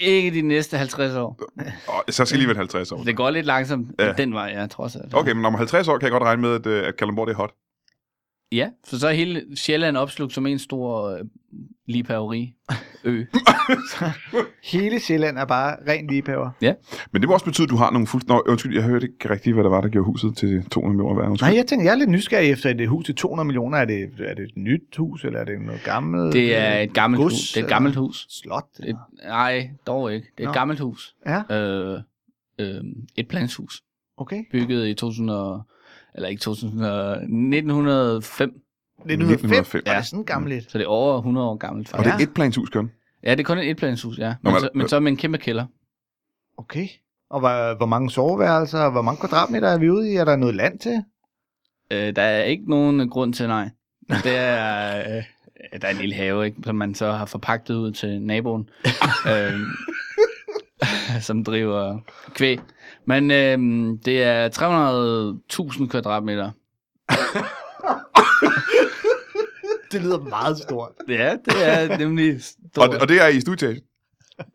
Speaker 3: Ikke de næste 50 år.
Speaker 1: Og så skal jeg lige være 50 år.
Speaker 3: Det går lidt langsomt
Speaker 1: Ja.
Speaker 3: ja. den vej, jeg tror så.
Speaker 1: Okay, men om 50 år kan jeg godt regne med, at, øh, at Kalundborg det er hot.
Speaker 3: Ja, for så er hele Sjælland opslugt som en stor øh, lipauri ø.
Speaker 2: Hele Sjælland er bare ren ligepaver.
Speaker 1: Men det må også betyde, at du har nogle fuldt... Nå, undskyld, jeg hørte ikke rigtigt, hvad der var, der gjorde huset til 200 millioner værd. Undskyld.
Speaker 2: Nej, jeg tænker, jeg er lidt nysgerrig efter et hus til 200 millioner. Er det, er det et nyt hus, eller er det noget gammelt?
Speaker 3: Det er et gammelt
Speaker 2: Gods,
Speaker 3: hus. Det er et
Speaker 2: eller-
Speaker 3: gammelt hus.
Speaker 2: Slot?
Speaker 3: Et,
Speaker 2: eller-
Speaker 3: nej, dog ikke. Det er
Speaker 2: Nå.
Speaker 3: et gammelt hus.
Speaker 2: Ja,
Speaker 3: Øh, øh, et planshus.
Speaker 2: okay.
Speaker 3: Bygget i 2000 og, eller ikke øh, 2000, og- 1905.
Speaker 2: 1905
Speaker 1: Ja.
Speaker 2: er det sådan gammelt. lidt?
Speaker 3: Så det er over 100 år gammelt
Speaker 1: Og det
Speaker 3: faktisk.
Speaker 1: er et planshus, Køn.
Speaker 3: Ja, det er kun et etplanshus, ja.
Speaker 1: Nå,
Speaker 3: Men,
Speaker 1: men-
Speaker 3: så, men så med en kæmpe kælder.
Speaker 2: Okay. Og hvor, hvor mange soveværelser, og hvor mange kvadratmeter er vi ude i? Er der noget land til?
Speaker 3: Øh, der er ikke nogen øh, grund til nej. Det er, øh, der er en lille have, ikke, som man så har forpagtet ud til naboen, øh, som driver kvæg. Men øh, det er 300.000 kvadratmeter.
Speaker 2: Det lyder meget stort.
Speaker 3: Ja, det er nemlig
Speaker 1: Og,
Speaker 3: stort.
Speaker 1: det- og det er i studieetagen.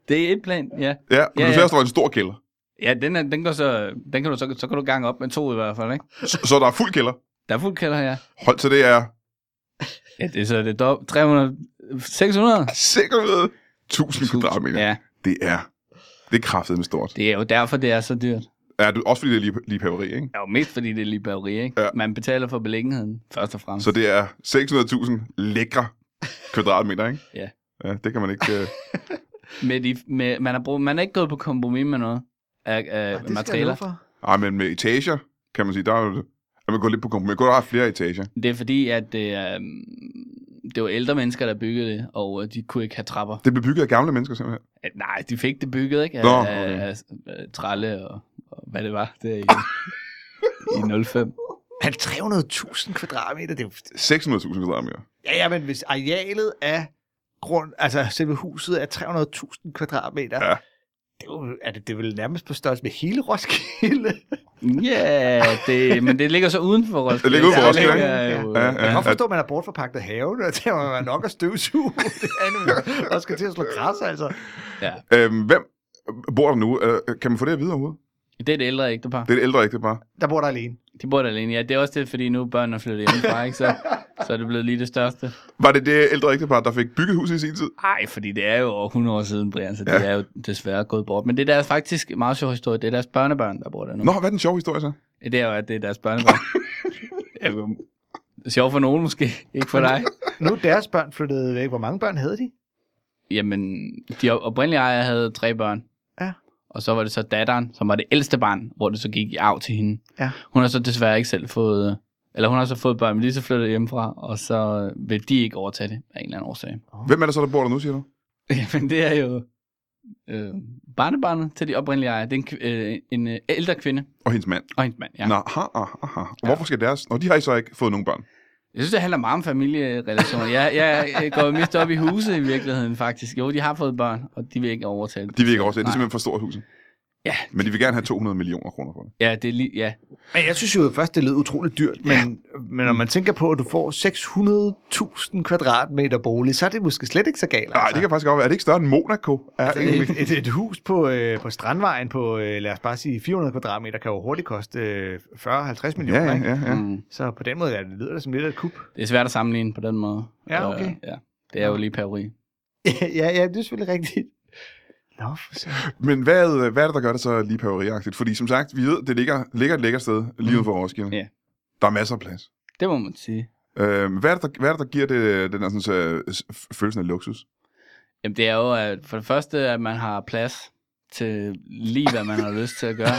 Speaker 3: det er et plan, ja.
Speaker 1: Ja, men du
Speaker 3: Ja, ja.
Speaker 1: sagde, at der var en stor kælder.
Speaker 3: Ja, den, er, den, går så, den kan du, så, så kan du gange op med to i hvert fald, ikke?
Speaker 1: Så, så der er fuld kælder.
Speaker 3: Der er fuld kælder, ja.
Speaker 1: Hold til det er
Speaker 3: Ja, det er så det er dob- 300... 600?
Speaker 1: sikkerhed 1000 kvadratmeter.
Speaker 3: Ja,
Speaker 1: Det er det er kraftedeme stort.
Speaker 3: det er jo derfor, det er så dyrt.
Speaker 1: Ja, du, også fordi det er lige, lige paveri, ikke?
Speaker 3: Ja, jo mest fordi det er lige bageri, ikke?
Speaker 1: Ja.
Speaker 3: Ja. Man betaler for beliggenheden, først og fremmest.
Speaker 1: Så det er 600.000 lækre kvadratmeter, ikke?
Speaker 3: Ja.
Speaker 1: Ja, det kan man ikke... øh,
Speaker 3: Med de, med, man, har brug, man er ikke gået på kompromis med noget af, af
Speaker 2: Ja,
Speaker 3: ja, materialer.
Speaker 2: for.
Speaker 1: Ej, men med etager, kan man sige, der er jo- er man gået lidt på kompromis. Man kunne have flere etager.
Speaker 3: Det er fordi, at det, er, mm, det var ældre mennesker, der byggede det, og øh, de kunne ikke have trapper.
Speaker 1: Det blev bygget af gamle mennesker, simpelthen.
Speaker 3: Øh, Nej, de fik det bygget, ikke? Af,
Speaker 1: Nå, okay.
Speaker 3: af, af, af tralle og, og hvad det var der i, i 05.
Speaker 2: Men 300.000 kvadratmeter, det er jo...
Speaker 1: 600.000 kvadratmeter.
Speaker 2: Ja, ja, men hvis arealet er grund, altså selve huset er 300.000 kvadratmeter,
Speaker 1: Ja.
Speaker 2: det er, jo, er det, det er vel nærmest på størrelse med hele Roskilde.
Speaker 3: Ja, yeah, men det ligger så uden for Roskilde.
Speaker 1: Det ligger uden for
Speaker 3: Der
Speaker 1: Roskilde,
Speaker 3: ligger øh, jo,
Speaker 1: Ja,
Speaker 3: ja,
Speaker 1: ja.
Speaker 3: ja.
Speaker 2: Jeg kan godt forstå, at man har bortforpagtet haven, og der må man nok at støvsuge. Det er nu, og skal til at slå græs, altså.
Speaker 1: Øhm, hvem bor der nu? Øh, kan man få det at vide overhovedet?
Speaker 3: Det er et ældre ægtepar.
Speaker 1: Det er et ældre ægtepar.
Speaker 2: Der bor der alene.
Speaker 3: De bor der alene. Ja, det er også det, fordi nu er børnene flyttet hjemmefra, ikke? Så, så er det blevet lige det største.
Speaker 1: Var det det ældre ægtepar, der fik bygget huset i sin tid?
Speaker 3: Nej, fordi det er jo over 100 år siden, Brian, så det
Speaker 1: Ja.
Speaker 3: er jo desværre gået bort. Men det er deres faktisk meget sjov historie. Det er deres børnebørn, der bor der nu.
Speaker 1: Nå, hvad er den sjove historie så?
Speaker 3: Det er jo, at det er deres børnebørn. Jeg ved- sjov for nogen måske, ikke for dig.
Speaker 2: Nu er deres børn flyttet væk. Hvor mange børn havde de?
Speaker 3: Jamen, de op- oprindelige ejere havde tre børn.
Speaker 2: Ja.
Speaker 3: Og så var det så datteren, som var det ældste barn, hvor det så gik i arv til hende.
Speaker 2: Ja.
Speaker 3: Hun har så desværre ikke selv fået... øh, Eller hun har så fået børn, men de er så flyttet hjemmefra, og så øh, vil de ikke overtage det af en eller anden årsag.
Speaker 1: Hvem er der så, der bor der nu, siger du?
Speaker 3: Jamen, det er jo øh, barnebarnet til de oprindelige ejere. Det er en, kv- øh, en øh, ældre kvinde
Speaker 1: Og hendes mand.
Speaker 3: og hendes mand, ja.
Speaker 1: Ja. Nå, aha, aha, aha. Og Hvorfor skal deres... Nå, de har I så ikke fået nogen børn.
Speaker 3: Jeg synes, det handler meget om familierelationer. jeg, jeg, jeg går mest op i huset i virkeligheden, faktisk. Jo, de har fået børn, og de vil ikke overtale det.
Speaker 1: De vil ikke oversætte. Det er
Speaker 3: Nej.
Speaker 1: simpelthen for stort huset.
Speaker 3: Ja.
Speaker 1: Men de vil gerne have 200 millioner kroner for det.
Speaker 3: Ja, det er lige... Ja.
Speaker 2: Men jeg synes jo at først, det lød utroligt dyrt, men, men når man tænker på, at du får 600.000 kvadratmeter bolig, så er det måske slet ikke så
Speaker 3: Altså-
Speaker 2: galt.
Speaker 1: Nej, det kan faktisk godt være. Er det ikke større end Monaco? Er
Speaker 2: Altså, et, et, et hus på, øh, på Strandvejen på, øh, lad os bare sige, 400 kvadratmeter, kan jo hurtigt koste øh, 40-50
Speaker 1: Ja,
Speaker 2: millioner,
Speaker 1: ja,
Speaker 2: ikke?
Speaker 1: ja. ja.
Speaker 3: Mm.
Speaker 2: Så på den måde ja, det lyder det som lidt af et kup.
Speaker 3: Det er svært at sammenligne på den måde.
Speaker 2: Ja, okay.
Speaker 3: Øh, ja. Det er jo lige perori.
Speaker 2: ja, ja, det er selvfølgelig rigtigt. Nå, for søren.
Speaker 1: Men hvad, øh, hvad er det, der gør det så lige paveriagtigt? Fordi som sagt, vi ved, det ligger, ligger et lækkert sted lige uden for Roskilde.
Speaker 3: Mm. Ja.
Speaker 1: Der er masser af plads.
Speaker 3: Det må man sige.
Speaker 1: Øh, hvad, er det, der, hvad er det, der giver det, den her sådan, så, øh, følelsen af luksus?
Speaker 3: Jamen, det er jo at for det første, at man har plads til lige, hvad man har lyst til at gøre.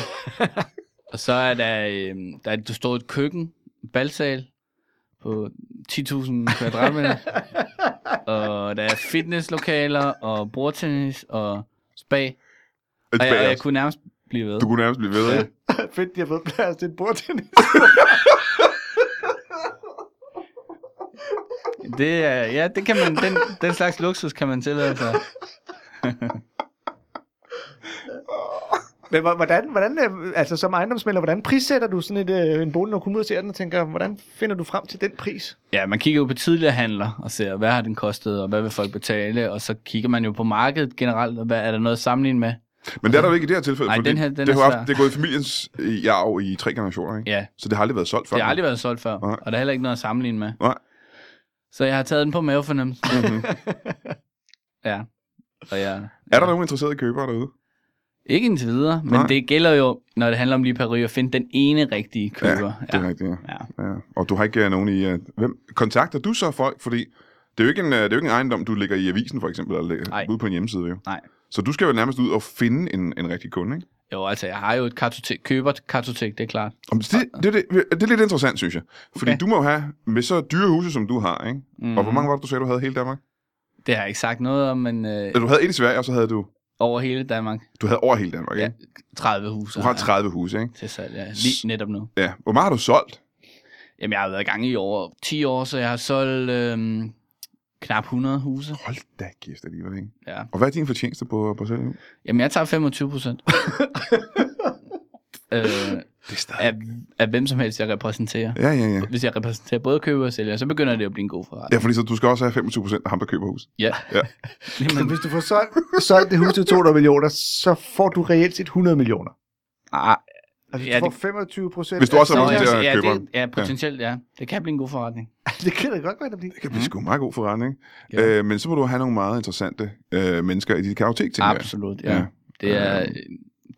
Speaker 3: og så er der, øh, der er et stort køkken, balsal på 10.000 kvadratmeter. og der er fitnesslokaler og bordtennis og spa.
Speaker 1: Et
Speaker 3: Og jeg, og
Speaker 1: bager.
Speaker 3: jeg kunne nærmest blive ved.
Speaker 1: Altså, Du kunne nærmest blive ved.
Speaker 3: Ja.
Speaker 1: Ja.
Speaker 2: Fedt, de har fået plads til et bordtennis.
Speaker 3: Det er, ja, det kan man, den, den slags luksus kan man tillade sig.
Speaker 2: Men hvor- hvordan, hvordan, øh, altså som ejendomsmælder, hvordan prissætter du sådan et, øh, en bolig, når du kommer ud og ser den og tænker, hvordan finder du frem til den pris?
Speaker 3: Ja, man kigger jo på tidligere handler og ser, hvad har den kostet, og hvad vil folk betale, og så kigger man jo på markedet generelt, og hvad er der noget at sammenligne med?
Speaker 1: Men det er der jo ikke i det her tilfælde,
Speaker 3: Nej,
Speaker 1: fordi
Speaker 3: den her- den
Speaker 1: det,
Speaker 3: er
Speaker 1: har jo
Speaker 3: svær.
Speaker 1: haft, det er gået i familiens øh, i arv i tre generationer, ikke?
Speaker 3: Ja,
Speaker 1: Så det har aldrig været solgt før.
Speaker 3: det har aldrig været solgt før,
Speaker 1: Nej.
Speaker 3: og der er heller ikke noget at sammenligne med.
Speaker 1: Nej.
Speaker 3: Så jeg har taget den på mavefornemmelsen.
Speaker 1: Mhm.
Speaker 3: ja, og jeg...
Speaker 1: Er der nogen interesserede købere derude?
Speaker 3: Ikke indtil videre, men
Speaker 1: Nej.
Speaker 3: Nej. det gælder jo, når det handler om lige Paris, at finde den ene rigtige køber.
Speaker 1: det er rigtigt, ja.
Speaker 3: ja.
Speaker 1: ja. Og du har ikke øh, nogen i... øh, Hvem kontakter du så folk? Fordi det er jo ikke en, øh, det er jo ikke en ejendom, du lægger i avisen for eksempel, eller lægger
Speaker 3: Nej.
Speaker 1: ude på en hjemmeside jo.
Speaker 3: Nej.
Speaker 1: Så du skal jo nærmest ud og finde en, en rigtig kunde, ikke?
Speaker 3: Jo, altså, jeg har jo et kartotek, køber kartotek, det er klart.
Speaker 1: Om Det, det, det, det er lidt interessant, synes jeg. Fordi
Speaker 3: Okay.
Speaker 1: du må jo have, med så dyre huse, som du har, ikke? Mm. Og hvor mange var det, du sagde, du havde i hele Danmark?
Speaker 3: Det har jeg ikke sagt noget om, men øh,
Speaker 1: Eller du havde et i Sverige, og så havde du...
Speaker 3: over hele Danmark,
Speaker 1: Du havde over hele Danmark, ikke?
Speaker 3: Ja. 30 huse.
Speaker 1: Du har 30 huse, ikke?
Speaker 3: Til salg, ja. Lige netop nu.
Speaker 1: Ja. Hvor meget har du solgt?
Speaker 3: Jamen, jeg har været i gang i over 10 år, så jeg har solgt øh, knap 100 huse.
Speaker 1: Hold da kæft alligevel, ikke?
Speaker 3: Ja.
Speaker 1: Og hvad er din fortjeneste på, på salg nu?
Speaker 3: Jamen, jeg tager 25 procent. øh,
Speaker 1: Det er stadig...
Speaker 3: af, af hvem som helst, jeg repræsenterer.
Speaker 1: Ja, ja, ja.
Speaker 3: Hvis jeg repræsenterer både køber og sælger, så begynder det at blive en god
Speaker 1: Ja,
Speaker 3: forretning.
Speaker 1: fordi så du skal også have 25 procent af ham, der køber hus.
Speaker 3: Ja.
Speaker 1: Ja.
Speaker 2: Så
Speaker 3: Jamen,
Speaker 2: hvis du får solgt, solgt det hus til 200 millioner, så får du reelt set 100 millioner.
Speaker 3: ah,
Speaker 2: Altså,
Speaker 3: Ja,
Speaker 2: ja, du får
Speaker 3: det-
Speaker 2: 25 procent.
Speaker 1: Hvis du også
Speaker 3: Nå,
Speaker 1: har
Speaker 3: ja,
Speaker 1: til at
Speaker 3: ja,
Speaker 1: købe
Speaker 3: det, ja, potentielt, ja. Det kan blive en god forretning.
Speaker 2: Det kan det godt være, det bliver.
Speaker 1: Det kan blive sgu en meget god forretning.
Speaker 3: Mhm. Ja.
Speaker 1: Ja. Øh, men så må du have nogle meget interessante øh, mennesker i dit kartotek, tænker jeg.
Speaker 3: Absolut,
Speaker 1: Ja.
Speaker 3: ja. Det er, øh,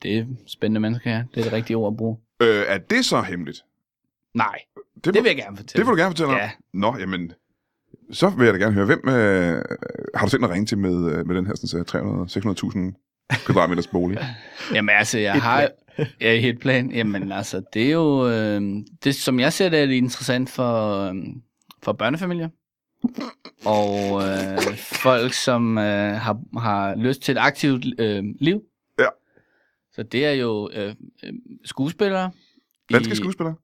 Speaker 3: det er spændende mennesker her. Det er det rigtige ord at bruge.
Speaker 1: Øh, er det så hemmeligt?
Speaker 3: Nej,
Speaker 1: Det,
Speaker 3: det vil jeg gerne fortælle.
Speaker 1: det vil du gerne fortælle
Speaker 3: Ja.
Speaker 1: om? Nå, jamen, så vil jeg da gerne høre, hvem øh, har du tænkt at ringe til med, øh, med den her sådan, så 300 600.000 kvadratmeters bolig?
Speaker 3: Jamen altså, jeg har... Ja, i et plan. Jamen altså, det er jo... Øh, det, som jeg ser det, er det interessant for, øh, for børnefamilier. Og øh, folk, som øh, har, har lyst til et aktivt øh, liv.
Speaker 1: Ja.
Speaker 3: Så det er jo øh, øh, skuespillere.
Speaker 1: Danske
Speaker 3: i-
Speaker 1: skuespillere?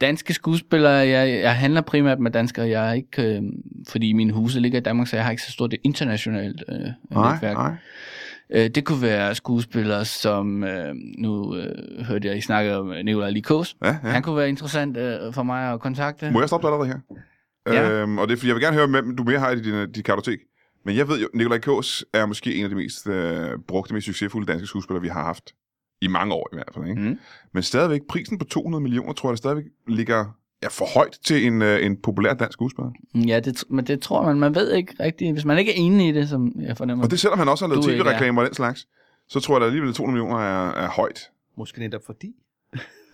Speaker 3: Danske skuespillere, jeg, jeg handler primært med danskere. Jeg er ikke, øh, fordi mine huse ligger i Danmark, så jeg har ikke så stort et internationalt øh,
Speaker 1: Nej,
Speaker 3: netværk.
Speaker 1: nej.
Speaker 3: Øh, det kunne være skuespillere som, øh, nu øh, hørte jeg, I snakke om øh, Nikolaj Likos.
Speaker 1: Ja,
Speaker 3: Ja.
Speaker 1: ja.
Speaker 3: Han kunne være interessant øh, for mig at kontakte.
Speaker 1: Må jeg stoppe dig allerede her?
Speaker 3: Ja.
Speaker 1: Øhm, og det er, fordi jeg vil gerne høre, hvem du mere har i din, øh, dit kartotek. Men jeg ved jo, Nikolaj Kås er måske en af de mest øh, brugte, mest succesfulde danske skuespillere, vi har haft. I mange år i hvert fald. Ikke?
Speaker 3: Mm.
Speaker 1: Men stadigvæk, prisen på 200 millioner, tror jeg, der stadigvæk ligger ja, for højt til en, øh, en populær dansk skuespiller.
Speaker 3: Mm, Ja, det, tr- men det tror man. Man ved ikke rigtigt, hvis man ikke er enig i det, som jeg fornemmer.
Speaker 1: Og det er selvom han også har lavet
Speaker 3: Du er ikke, ja.
Speaker 1: tv-reklamer og den slags, så tror jeg da alligevel, at 200 millioner er, er højt.
Speaker 2: Måske netop fordi.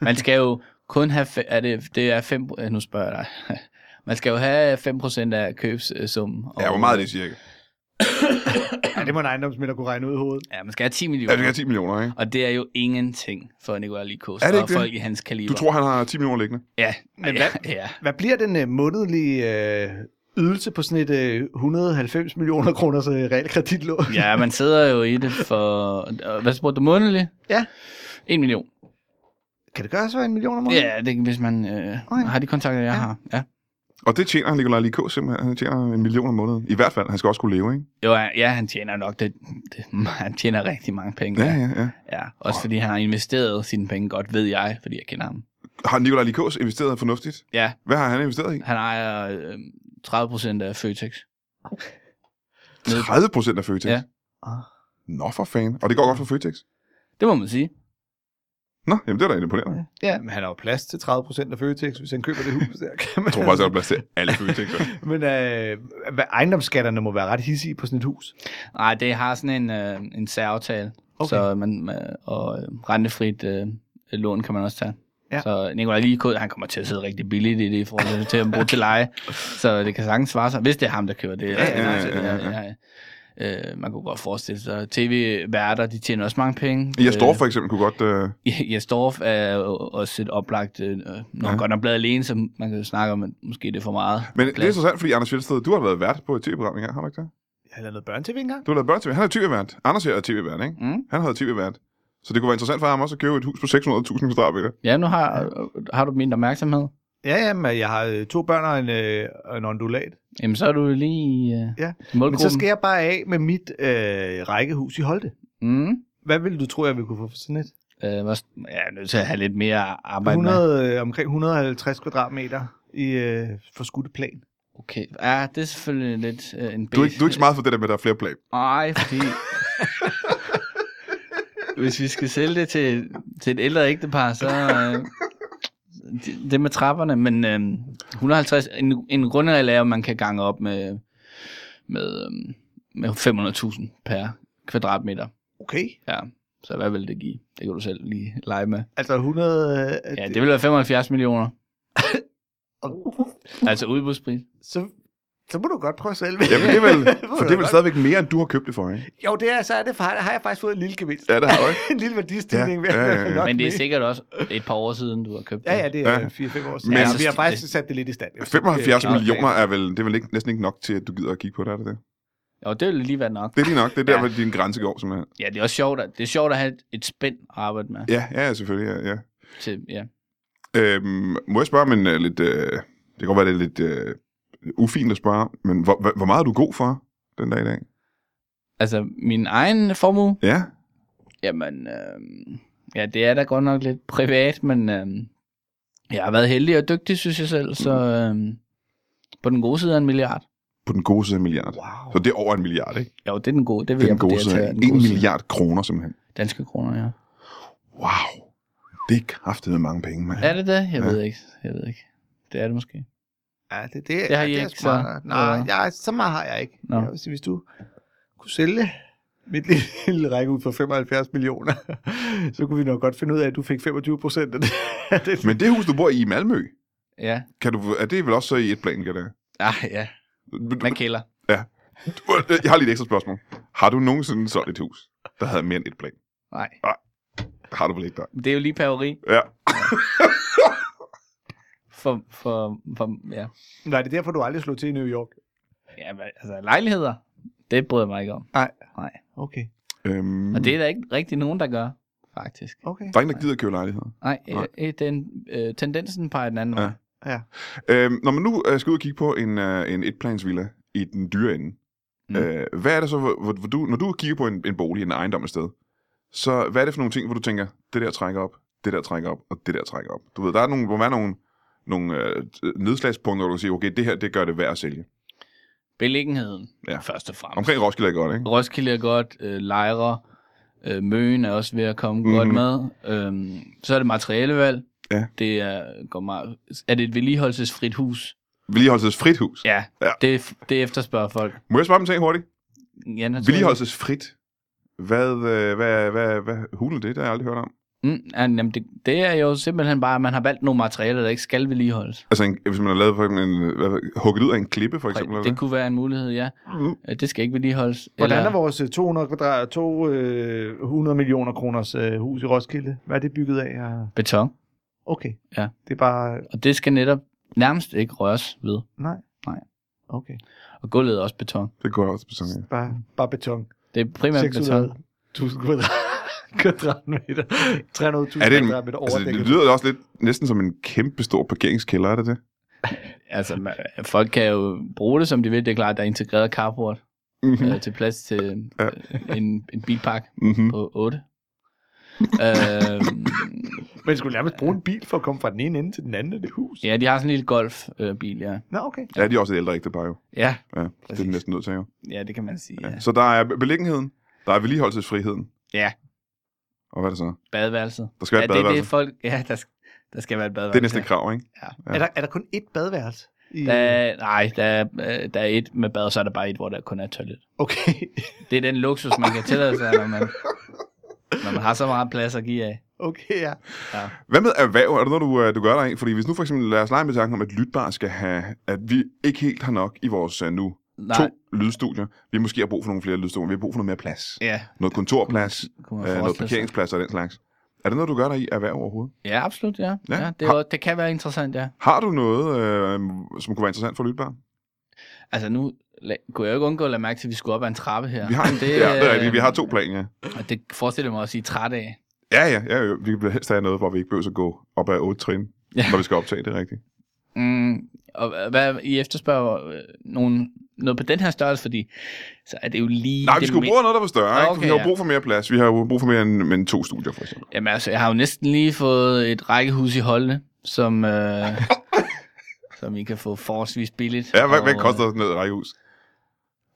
Speaker 3: Man skal jo kun have... Fe- er det, det er fem, øh, nu spørger jeg dig. Man skal jo have 5% af købssummen.
Speaker 1: Ja, hvor meget er det cirka?
Speaker 2: Ja, det må en ejendomsmælder kunne regne ud i hovedet.
Speaker 3: Ja, man skal have 10
Speaker 1: Ja,
Speaker 3: millioner.
Speaker 1: det er 10 millioner, ikke?
Speaker 3: Og det er jo ingenting for Nikolaj Likos
Speaker 1: Er det
Speaker 3: og
Speaker 1: ikke det?
Speaker 3: folk i hans kaliber.
Speaker 1: Du tror, han har 10 millioner liggende?
Speaker 3: Ja,
Speaker 2: Men
Speaker 3: ja, ja.
Speaker 2: Hvad bliver den øh, månedlige øh, ydelse på sådan et øh, 190 millioner kroners øh, realkreditlån?
Speaker 3: Ja, man sidder jo i det for... og Hvad spurgte du månedligt?
Speaker 2: Ja.
Speaker 3: En million.
Speaker 2: Kan det gøres for en million om måneden?
Speaker 3: Ja, det, hvis man øh,
Speaker 2: Oj.
Speaker 3: har de kontakter, jeg
Speaker 2: Ja.
Speaker 3: ja. har. Ja.
Speaker 1: Og det tjener Nikolaj Likå simpelthen. Han tjener en million om måneden. I hvert fald, han skal også kunne leve, ikke?
Speaker 3: Jo, ja, ja, han tjener nok det, det. Han tjener rigtig mange penge.
Speaker 1: Ja, ja, ja.
Speaker 3: ja. Også fordi han har investeret sine penge godt, ved jeg, fordi jeg kender ham.
Speaker 1: Har Nikolaj Likås investeret fornuftigt?
Speaker 3: Ja,
Speaker 1: Hvad har han investeret i?
Speaker 3: han ejer øh, 30 procent af Føtex.
Speaker 1: 30 procent af Føtex?
Speaker 3: Ja.
Speaker 2: Ah.
Speaker 1: Nå for fanden. Og det går godt for Føtex?
Speaker 3: Det må man sige.
Speaker 1: Nå, jamen det er da imponerende.
Speaker 2: ja, men han har jo plads til 30% af Føtex, hvis han køber det hus der. Kan man
Speaker 1: Jeg tror faktisk, at der er plads til alle Føtex.
Speaker 2: Men øh, hvad- ejendomsskatterne må være ret hissige på sådan et hus.
Speaker 3: Nej, det har sådan en, øh, en særaftale.
Speaker 2: Okay.
Speaker 3: Okay. Så man, man, og øh, rentefrit øh, lån kan man også tage.
Speaker 2: Ja.
Speaker 3: Ja. Så Nikolaj Likod, han kommer til at sidde rigtig billigt i det i forhold til- til at bruge til leje. Så det kan sagtens svare sig, hvis det er ham, der køber det. Altså,
Speaker 1: ja, ja, ja, ja.
Speaker 3: Øh, man kunne godt forestille sig, tv-værter, de tjener også mange penge.
Speaker 1: Jeg står for eksempel kunne godt... Øh,
Speaker 3: Øh, Jes Dorf er jo også et oplagt, øh, når
Speaker 1: Ja.
Speaker 3: han godt nok blevet alene, så man kan jo snakke om, at måske det er for meget.
Speaker 1: men det er
Speaker 3: plads.
Speaker 1: interessant, fordi Anders Fjeldsted, du har været vært på et tv-program engang, har du ikke det?
Speaker 2: Jeg har lavet børn-tv engang.
Speaker 1: Du har lavet børn Han er tv-vært. Anders her er tv-vært, ikke?
Speaker 3: Mm.
Speaker 1: Han havde tv-vært. Så det kunne være interessant for ham også at købe et hus på 600.000 kvadratmeter.
Speaker 3: Ja, nu har, har du min opmærksomhed.
Speaker 2: Ja, ja, men jeg har øh, to børn og en, øh, og en ondulat.
Speaker 3: Jamen, så er du jo lige i øh,
Speaker 2: Ja,
Speaker 3: ja.
Speaker 2: Men
Speaker 3: målgruppen.
Speaker 2: så skal jeg bare af med mit øh, rækkehus i Holte.
Speaker 3: mm.
Speaker 2: Hvad ville du tro, jeg ville kunne få for sådan et?
Speaker 3: Øh, også, jeg er nødt til at have lidt mere arbejde med.
Speaker 2: 100, øh, omkring 150 kvadratmeter i øh, forskudte plan.
Speaker 3: Okay, ja, det er selvfølgelig lidt øh, en
Speaker 1: Du er, ikke, du er ikke så meget for det der med, at der er flere plan.
Speaker 3: Nej, fordi... Hvis vi skal sælge det til, til et ældre ægtepar, så... Øh, det, det med trapperne, men øh, 150, en, en grundregel er, at man kan gange op med, med, øh, med 500.000 per kvadratmeter.
Speaker 2: Okay.
Speaker 3: Ja, så hvad vil det give? Det kan du selv lige lege med.
Speaker 2: Altså 100... Øh,
Speaker 3: Ja, det vil være 75 millioner, altså udbudspris.
Speaker 2: så, så må du godt prøve selv.
Speaker 1: Jamen, det er vel,
Speaker 2: Det
Speaker 1: for
Speaker 2: må
Speaker 1: det
Speaker 2: du
Speaker 1: er vel
Speaker 2: godt.
Speaker 1: stadigvæk mere, end du har købt det for, ikke?
Speaker 2: Jo, det er, så er det, har, har jeg faktisk fået en lille gevinst.
Speaker 1: Ja, det har du ikke.
Speaker 2: en lille værdistigning.
Speaker 1: Ja, ja, ja, ja.
Speaker 2: ved- nok
Speaker 3: Men det er
Speaker 2: med.
Speaker 3: sikkert også et par år siden, du har købt
Speaker 2: Ja, ja, det er
Speaker 1: Ja.
Speaker 2: 4-5 år siden.
Speaker 1: Men-
Speaker 2: Men, ja, vi har
Speaker 3: Altså,
Speaker 2: faktisk
Speaker 3: det-
Speaker 2: sat det lidt i stand.
Speaker 1: 75
Speaker 3: Ja, okay.
Speaker 1: millioner er vel, det er vel ikke, næsten ikke nok til, at du gider at kigge på det, er det det?
Speaker 3: det. Og det ville lige være nok.
Speaker 1: Det er lige nok, det er der,
Speaker 3: Ja.
Speaker 1: hvor din grænse går, simpelthen.
Speaker 3: Ja, det er også sjovt at, det er sjovt at have et, et spænd at arbejde med.
Speaker 1: Ja, ja, selvfølgelig, ja. ja.
Speaker 3: Til, ja.
Speaker 1: Øhm, må jeg spørge om en uh, lidt... Uh, det kan godt være, det er lidt uh, ufint at spørge, men hvor, hvor- hvor meget er du god for den dag i dag?
Speaker 3: Altså, min egen formue,
Speaker 1: Ja,
Speaker 3: jamen, øh, ja, det er da godt nok lidt privat, men øh, jeg har været heldig og dygtig, synes jeg selv, så øh, på den gode side er en milliard.
Speaker 1: på den gode side af en milliard.
Speaker 2: Wow.
Speaker 1: Så det er over en milliard, ikke?
Speaker 3: Jo, det er den gode, det vil
Speaker 1: Det er
Speaker 3: jeg
Speaker 1: den gode
Speaker 3: vurdere
Speaker 1: side.
Speaker 3: til at
Speaker 1: af-
Speaker 3: den
Speaker 1: En
Speaker 3: gode side.
Speaker 1: milliard kroner, simpelthen.
Speaker 3: Danske kroner, ja.
Speaker 1: Wow. Det er kraftedeme mange penge, mand.
Speaker 3: Er det det? Jeg
Speaker 1: Ja.
Speaker 3: ved ikke, jeg ved ikke. Det er det måske.
Speaker 2: Ja, det, det,
Speaker 3: Det har
Speaker 2: ja,
Speaker 3: I
Speaker 2: er
Speaker 3: ikke,
Speaker 2: sgu meget-
Speaker 3: så-
Speaker 2: Nej,
Speaker 3: eller?
Speaker 2: jeg, så meget har jeg ikke.
Speaker 3: Nå.
Speaker 2: Jeg vil sige, hvis du kunne sælge mit lille, lille række ud for 75 millioner, så kunne vi nok godt finde ud af, at du fik 25 procent af det. af det.
Speaker 1: Men det hus, du bor i i Malmø,
Speaker 3: Ja.
Speaker 1: kan du, er det vel også så i et plan, kan det?
Speaker 3: Ah, ja. Man kælder.
Speaker 1: Jeg har lige et ekstra spørgsmål. Har du nogensinde solgt et hus, der havde mere end et plan?
Speaker 3: Nej.
Speaker 1: Har du vel ikke der?
Speaker 3: Det er jo lige paveri.
Speaker 1: Ja.
Speaker 3: For, for, for, ja.
Speaker 2: Nej, det er derfor, du aldrig slog til i New York.
Speaker 3: ja, men altså lejligheder, det bryder jeg mig ikke om.
Speaker 2: Okay.
Speaker 1: Øhm,
Speaker 3: Og det er der ikke rigtig nogen, der gør, faktisk.
Speaker 2: Okay.
Speaker 1: Der er ingen, der gider at købe lejligheder.
Speaker 3: Nej,
Speaker 1: Nej.
Speaker 3: Nej. Øh, den, øh, tendensen peger den anden
Speaker 1: Ja.
Speaker 3: ja. vej.
Speaker 1: Øhm, når man nu øh, skal ud og kigge på en, øh, en etplansvilla i den dyre ende, mm.
Speaker 3: Mm.
Speaker 1: øh, hvad er det så, hvor, hvor, hvor du, når du kigger på en, en bolig, en ejendom et sted, så hvad er det for nogle ting, hvor du tænker, det der trækker op, det der trækker op, og det der trækker op? Du ved, der er nogle, hvor man er nogle, nogle øh, nedslagspunkter, hvor du siger, okay, det her, det gør det værd at sælge.
Speaker 3: Beliggenheden,
Speaker 1: Ja.
Speaker 3: ja. først og fremmest.
Speaker 1: Omkring Roskilde er godt, ikke?
Speaker 3: Roskilde er godt, øh, lejre, øh, Møen er også ved at komme
Speaker 1: Mhm.
Speaker 3: mm. godt med. Øhm, så er det materialevalg.
Speaker 1: Ja.
Speaker 3: Det er, går meget, er det et vedligeholdelsesfrit hus?
Speaker 1: Vedligeholdelsesfrit hus. Ja.
Speaker 3: Ja,
Speaker 1: Ja.
Speaker 3: Det, det efterspørger folk.
Speaker 1: Må jeg spørge om en ting hurtigt?
Speaker 3: Ja, naturligt.
Speaker 1: Vedligeholdelsesfrit. Hvad, øh, hvad, hvad, hvad, hulen det, der har jeg aldrig hørt om.
Speaker 3: Mm, ja, jamen det, det er jo simpelthen bare, at man har valgt nogle materialer, der ikke skal vedligeholdes.
Speaker 1: Altså, en, hvis man har lavet for eksempel en, hvad, hugget ud af en klippe, for eksempel.
Speaker 3: Det kunne være en mulighed, ja.
Speaker 1: kunne...
Speaker 3: Øh, Det skal ikke vedligeholdes.
Speaker 2: Hvordan er
Speaker 3: Eller-
Speaker 2: vores øh, 200, kvadrat, 200 millioner kroners øh, hus i Roskilde? Hvad er det bygget af? og-
Speaker 3: Beton.
Speaker 2: Okay.
Speaker 3: Ja.
Speaker 2: Det er bare...
Speaker 3: Og det skal netop nærmest ikke røres ved.
Speaker 2: Nej.
Speaker 3: Nej.
Speaker 2: Okay.
Speaker 3: Og gulvet er også beton.
Speaker 1: Det går også på sådan, ja.
Speaker 2: Bare, bare beton.
Speaker 3: Det er primært beton.
Speaker 2: 600.000 kvadrat- kvadratmeter. 300.000
Speaker 1: Er det en,
Speaker 2: kvadratmeter
Speaker 1: altså,
Speaker 2: overdækket.
Speaker 1: det lyder også lidt næsten som en kæmpe stor parkeringskælder, er det det?
Speaker 3: Altså, man, folk kan jo bruge det, som de vil. Det er klart, der er integreret carport
Speaker 1: Mhm.
Speaker 3: øh, til plads til
Speaker 1: Ja.
Speaker 3: øh, en, en bilpark
Speaker 1: Mhm.
Speaker 3: på 8. øh,
Speaker 2: Man skulle nærmest bruge en bil for at komme fra den ene ende til den anden af det hus.
Speaker 3: ja, de har sådan en lille golfbil, øh, bil, ja.
Speaker 2: Nå, okay.
Speaker 1: Ja, de er også et ældre ægtepar jo.
Speaker 3: ja.
Speaker 1: Ja, det er de
Speaker 3: Præcis.
Speaker 1: næsten nødt til jo.
Speaker 3: Ja, det kan man sige. Ja.
Speaker 1: Ja. Så der er be- beliggenheden, der er vedligeholdelsesfriheden.
Speaker 3: Ja.
Speaker 1: Og hvad er det så?
Speaker 3: Badeværelset.
Speaker 1: Der skal være
Speaker 3: ja,
Speaker 1: et
Speaker 3: det er
Speaker 1: badeværelse.
Speaker 3: det, folk... Ja, der, sk- der skal være
Speaker 1: altså.
Speaker 3: et
Speaker 1: Det
Speaker 3: badeværelse.
Speaker 1: er næsten et krav, ikke? Ja.
Speaker 2: Er, der, er der kun ét badeværelse? I...
Speaker 3: Der, er- nej, der, er, øh, der er et med bad, og så er der bare et, hvor der kun er toilet.
Speaker 2: Okay.
Speaker 3: Det er den luksus, man kan tillade sig, når man, når man har så meget plads at give af.
Speaker 2: okay, ja.
Speaker 1: Hvad med erhverv? Er det noget, du, øh, du gør dig af? Fordi hvis nu for eksempel, lad os lege med tanken om, at Lytbar skal have, at vi ikke helt har nok i vores øh, nu
Speaker 3: Nej,
Speaker 1: to lydstudier. Vi måske har brug for nogle flere lydstudier. Vi har brug for noget mere plads.
Speaker 3: Ja,
Speaker 1: Noget kontorplads,
Speaker 3: kunne man
Speaker 1: øh, noget
Speaker 3: forestille sig.
Speaker 1: parkeringsplads og den slags. Er det noget, du gør dig i erhverv overhovedet?
Speaker 3: Ja, absolut, ja.
Speaker 1: Ja.
Speaker 3: ja. ja det, er, jo- det kan være interessant, ja.
Speaker 1: Har du noget, øh, som kunne være interessant for lytbar?
Speaker 3: Altså nu la- kunne jeg jo ikke undgå at lade mærke til, at vi skulle op ad en trappe her. øh,
Speaker 1: Vi har, det, ja, det er rigtigt. Vi har to planer. Ja,
Speaker 3: Og det forestiller jeg mig også i træt af.
Speaker 1: ja, ja, ja, ja. vi vil helst have noget, hvor vi ikke behøver at gå op ad otte trin, ja.
Speaker 3: Ja.
Speaker 1: når vi skal optage det rigtigt.
Speaker 3: Mm, og hvad I efterspørger øh, nogen, noget på den her størrelse, fordi så er det jo lige...
Speaker 1: Nej, vi
Speaker 3: det
Speaker 1: skulle
Speaker 3: mi-
Speaker 1: bruge noget, der var større.
Speaker 3: Ah,
Speaker 1: Okay,
Speaker 3: okay,
Speaker 1: vi har jo
Speaker 3: ja.
Speaker 1: brug for mere plads. Vi har jo brug for mere end, end to studier, for eksempel.
Speaker 3: Jamen altså, jeg har jo næsten lige fået et rækkehus i Holde, som, øh, som I kan få forholdsvis billigt.
Speaker 1: Ja, hvad, hvad
Speaker 3: Og, øh,
Speaker 1: koster sådan et rækkehus?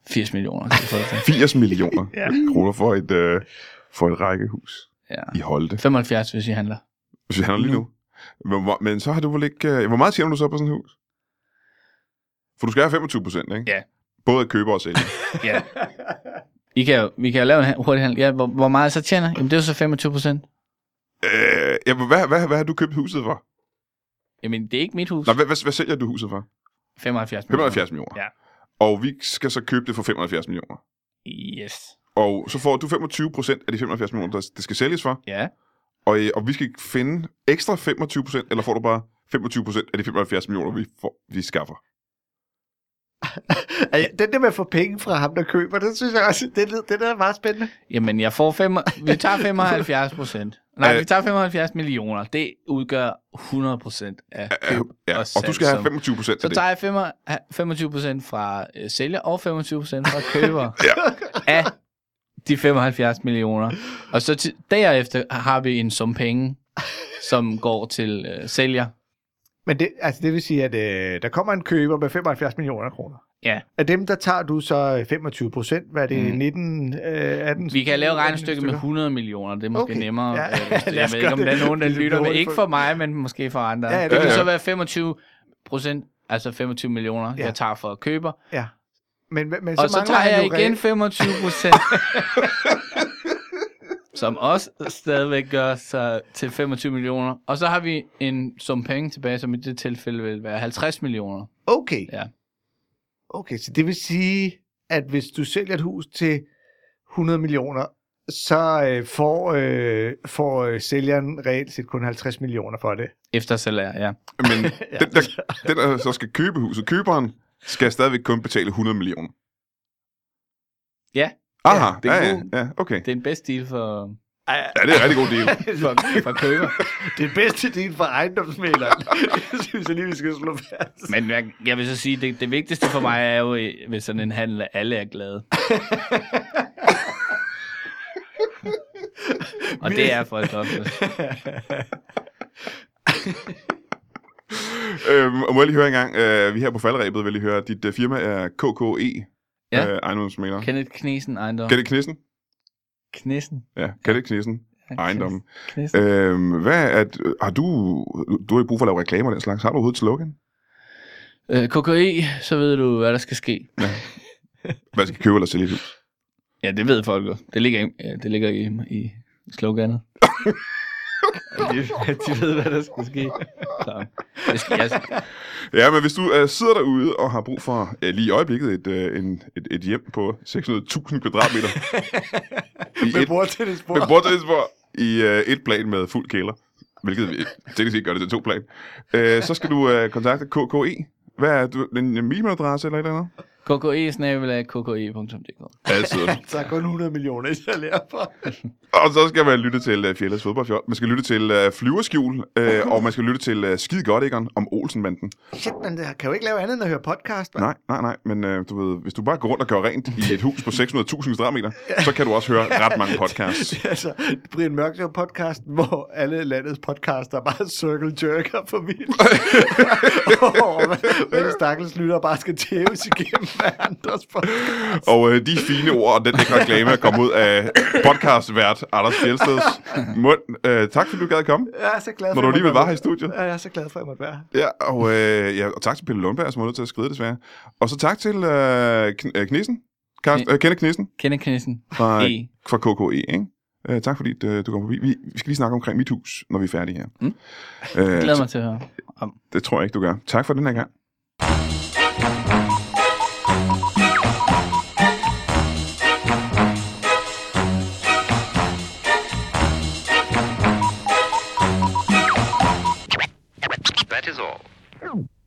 Speaker 3: 80 millioner. kan I få det til.
Speaker 1: 80 millioner ja. kroner for et, øh, for et rækkehus
Speaker 3: Ja. Mm.
Speaker 1: i Holte.
Speaker 3: 75, hvis I handler.
Speaker 1: Hvis vi handler lige nu. Men, hvor- men så har du vel ikke... Øh, hvor meget tjener du så på sådan et hus? For du skal have 25 procent, ikke?
Speaker 3: Ja.
Speaker 1: Både at købe og sælge.
Speaker 3: Ja. I kan jo, vi kan jo lave en han- hurtig handel. Ja, hvor, hvor meget jeg så tjener? Jamen, det er jo så 25 procent.
Speaker 1: øh, ja, men hvad, hvad, hvad har du købt huset for?
Speaker 3: Jamen, det er ikke mit hus.
Speaker 1: Nej, hvad, hvad, hvad sælger du huset for?
Speaker 3: 75 millioner.
Speaker 1: 75 millioner.
Speaker 3: Ja.
Speaker 1: Og vi skal så købe det for 75 millioner.
Speaker 3: Yes.
Speaker 1: Og så får du 25 procent af de 75 millioner, der det skal sælges for.
Speaker 3: Ja.
Speaker 1: Og, øh, og vi skal finde ekstra 25 procent, eller får du bare 25 procent af de 75 millioner, vi, får, vi skaffer?
Speaker 2: Altså, den der med at få penge fra ham, der køber, det synes jeg også, det, lyder- det der er meget spændende.
Speaker 3: Jamen, jeg får fem, vi tager 75 procent. Nej,
Speaker 1: Øh.
Speaker 3: vi tager 75 millioner. Det udgør 100 procent af
Speaker 1: Øh,
Speaker 3: køb
Speaker 1: Ja, og,
Speaker 3: salg,
Speaker 1: du skal have
Speaker 3: som-
Speaker 1: 25 procent
Speaker 3: Så
Speaker 1: af det.
Speaker 3: tager jeg femmer- ha- 25 procent fra øh, sælger og 25 procent fra køber af de 75 millioner. Og så ti- derefter har vi en sum penge, som går til øh, sælger.
Speaker 2: Men det, altså, det vil sige, at øh, der kommer en køber med 75 millioner kroner.
Speaker 3: Ja.
Speaker 2: Af dem, der tager du så 25 procent. Hvad er det?
Speaker 3: Mm.
Speaker 2: 19, øh, 18?
Speaker 3: Vi kan lave regnestykket
Speaker 2: stykker.
Speaker 3: med 100 millioner, det er måske
Speaker 2: Okay.
Speaker 3: okay. nemmere.
Speaker 2: Ja,
Speaker 3: Ja,
Speaker 2: lad
Speaker 3: ja, jeg
Speaker 2: os gøre
Speaker 3: ved ikke, om der
Speaker 2: det.
Speaker 3: er nogen, der
Speaker 2: Det er
Speaker 3: lytter med.
Speaker 2: dårligt
Speaker 3: Ikke
Speaker 2: for-
Speaker 3: for mig, men måske for andre.
Speaker 2: Ja,
Speaker 3: Ja,
Speaker 2: det
Speaker 3: det, det
Speaker 1: kan
Speaker 3: kan så
Speaker 1: jeg.
Speaker 3: være 25 procent, altså 25 millioner,
Speaker 2: Ja.
Speaker 3: ja. jeg tager for køber.
Speaker 2: Ja. Men, men, men
Speaker 3: Og så, så
Speaker 2: mangler
Speaker 3: tager
Speaker 2: han
Speaker 3: jeg
Speaker 2: jo
Speaker 3: igen
Speaker 2: reelt-
Speaker 3: 25 procent. som også stadigvæk gør sig til 25 millioner. Og så har vi en sum penge tilbage, som i det tilfælde vil være 50 millioner.
Speaker 2: Okay.
Speaker 3: Ja.
Speaker 2: Okay, så det vil sige, at hvis du sælger et hus til 100 millioner, så øh, får, øh, får øh, sælgeren reelt set kun 50 millioner for det.
Speaker 3: Efter salær, ja.
Speaker 1: Men den, der, den, der så skal købe huset, køberen, skal stadigvæk kun betale 100 millioner.
Speaker 3: Ja,
Speaker 1: Aha,
Speaker 3: det
Speaker 1: ja,
Speaker 3: er
Speaker 1: ja,
Speaker 3: god.
Speaker 1: ja, okay.
Speaker 3: det er en bedst deal for,
Speaker 1: Ja, det er en rigtig god deal.
Speaker 3: for, for køber.
Speaker 2: Det bedste del for ejendomsmæleren. det synes jeg lige, vi skal slå fast.
Speaker 3: Men jeg, jeg vil så sige, det, det vigtigste for mig er jo, øh, ved sådan en handel, at alle er glade. Og det er folk også.
Speaker 1: øhm, og må jeg lige høre engang, øh, vi her på faldrebet vil lige høre, dit øh, firma er KKE,
Speaker 3: Ja.
Speaker 1: øh, ejendomsmaler.
Speaker 3: Kenneth Knesen ejendom.
Speaker 1: Kan det knissen?
Speaker 3: Knesen.
Speaker 1: Ja, kan det knissen? Ejendommen.
Speaker 3: Knesen.
Speaker 1: Øhm, hvad er, d- har du, du har ikke brug for at lave reklamer og den slags. Har du overhovedet et slogan?
Speaker 3: Øh, KKI, så ved du, hvad der skal ske.
Speaker 1: Hvad skal købe eller sælge et hus?
Speaker 3: Ja, det ved folk jo. Det ligger, i- ja, det ligger i, i sloganet. de, de ved, hvad der skal ske. Så, det skal, jeg,
Speaker 1: Ja, men hvis du øh, sidder derude og har brug for øh, lige i øjeblikket et, øh, en, et, et hjem på 600.000 kvadratmeter. I
Speaker 2: Med
Speaker 1: et-
Speaker 2: bordtennisbord.
Speaker 1: med bordtennisbord i øh, et plan med fuld kælder, hvilket vi teknisk set gør det til to plan. Øh, så skal du øh, kontakte KKE. Hvad er du, en en mailadresse eller et eller andet?
Speaker 3: kki-kki.dk
Speaker 1: Altid.
Speaker 2: Der er kun 100 millioner i salær for.
Speaker 1: Og så skal man lytte til uh, Fjelles fodboldfjold. Man skal lytte til uh, Flyverskjul, uh, og man skal lytte til uh, Skide Godt, Egon, om Olsenbanden.
Speaker 2: Shit, man kan jo ikke lave andet end at høre podcast, man.
Speaker 1: Nej, nej, nej, men uh, du ved, hvis du bare går rundt og gør rent i et hus på 600.000 kvadratmeter, så kan du også høre ret mange podcasts.
Speaker 2: altså, Brian Mørk Show podcasten, hvor alle landets podcaster bare circle jerker for vildt. og hvad- hvad de stakkels lytter bare skal tæves igennem hver andres podcast.
Speaker 1: Og uh, de fine ord og den lækre reklame er kommet ud af podcastvært Anders Fjelsteds mund. Uh, tak fordi du gad at komme,
Speaker 2: Jeg er så glad for,
Speaker 1: når du
Speaker 2: at jeg
Speaker 1: alligevel
Speaker 2: måtte
Speaker 1: var
Speaker 2: være
Speaker 1: her i studiet.
Speaker 2: med. Ja, jeg er så glad for, at jeg måtte være her.
Speaker 1: Ja, og, øh, ja, og tak til Pelle Lundberg, som var nødt til at skride desværre. Og så tak til øh, kn- øh, Knissen, Karsten, øh, Kenneth Knissen
Speaker 3: Kenneth Knesen.
Speaker 1: fra,
Speaker 3: E.
Speaker 1: fra KKE, ikke? Øh, tak fordi øh, du kom forbi. Vi, vi skal lige snakke omkring mit hus, når vi er færdige her.
Speaker 3: Mm.
Speaker 1: Øh,
Speaker 3: Glæder mig til at høre. om.
Speaker 1: det tror jeg ikke, du gør. Tak for den her gang.
Speaker 5: That is all.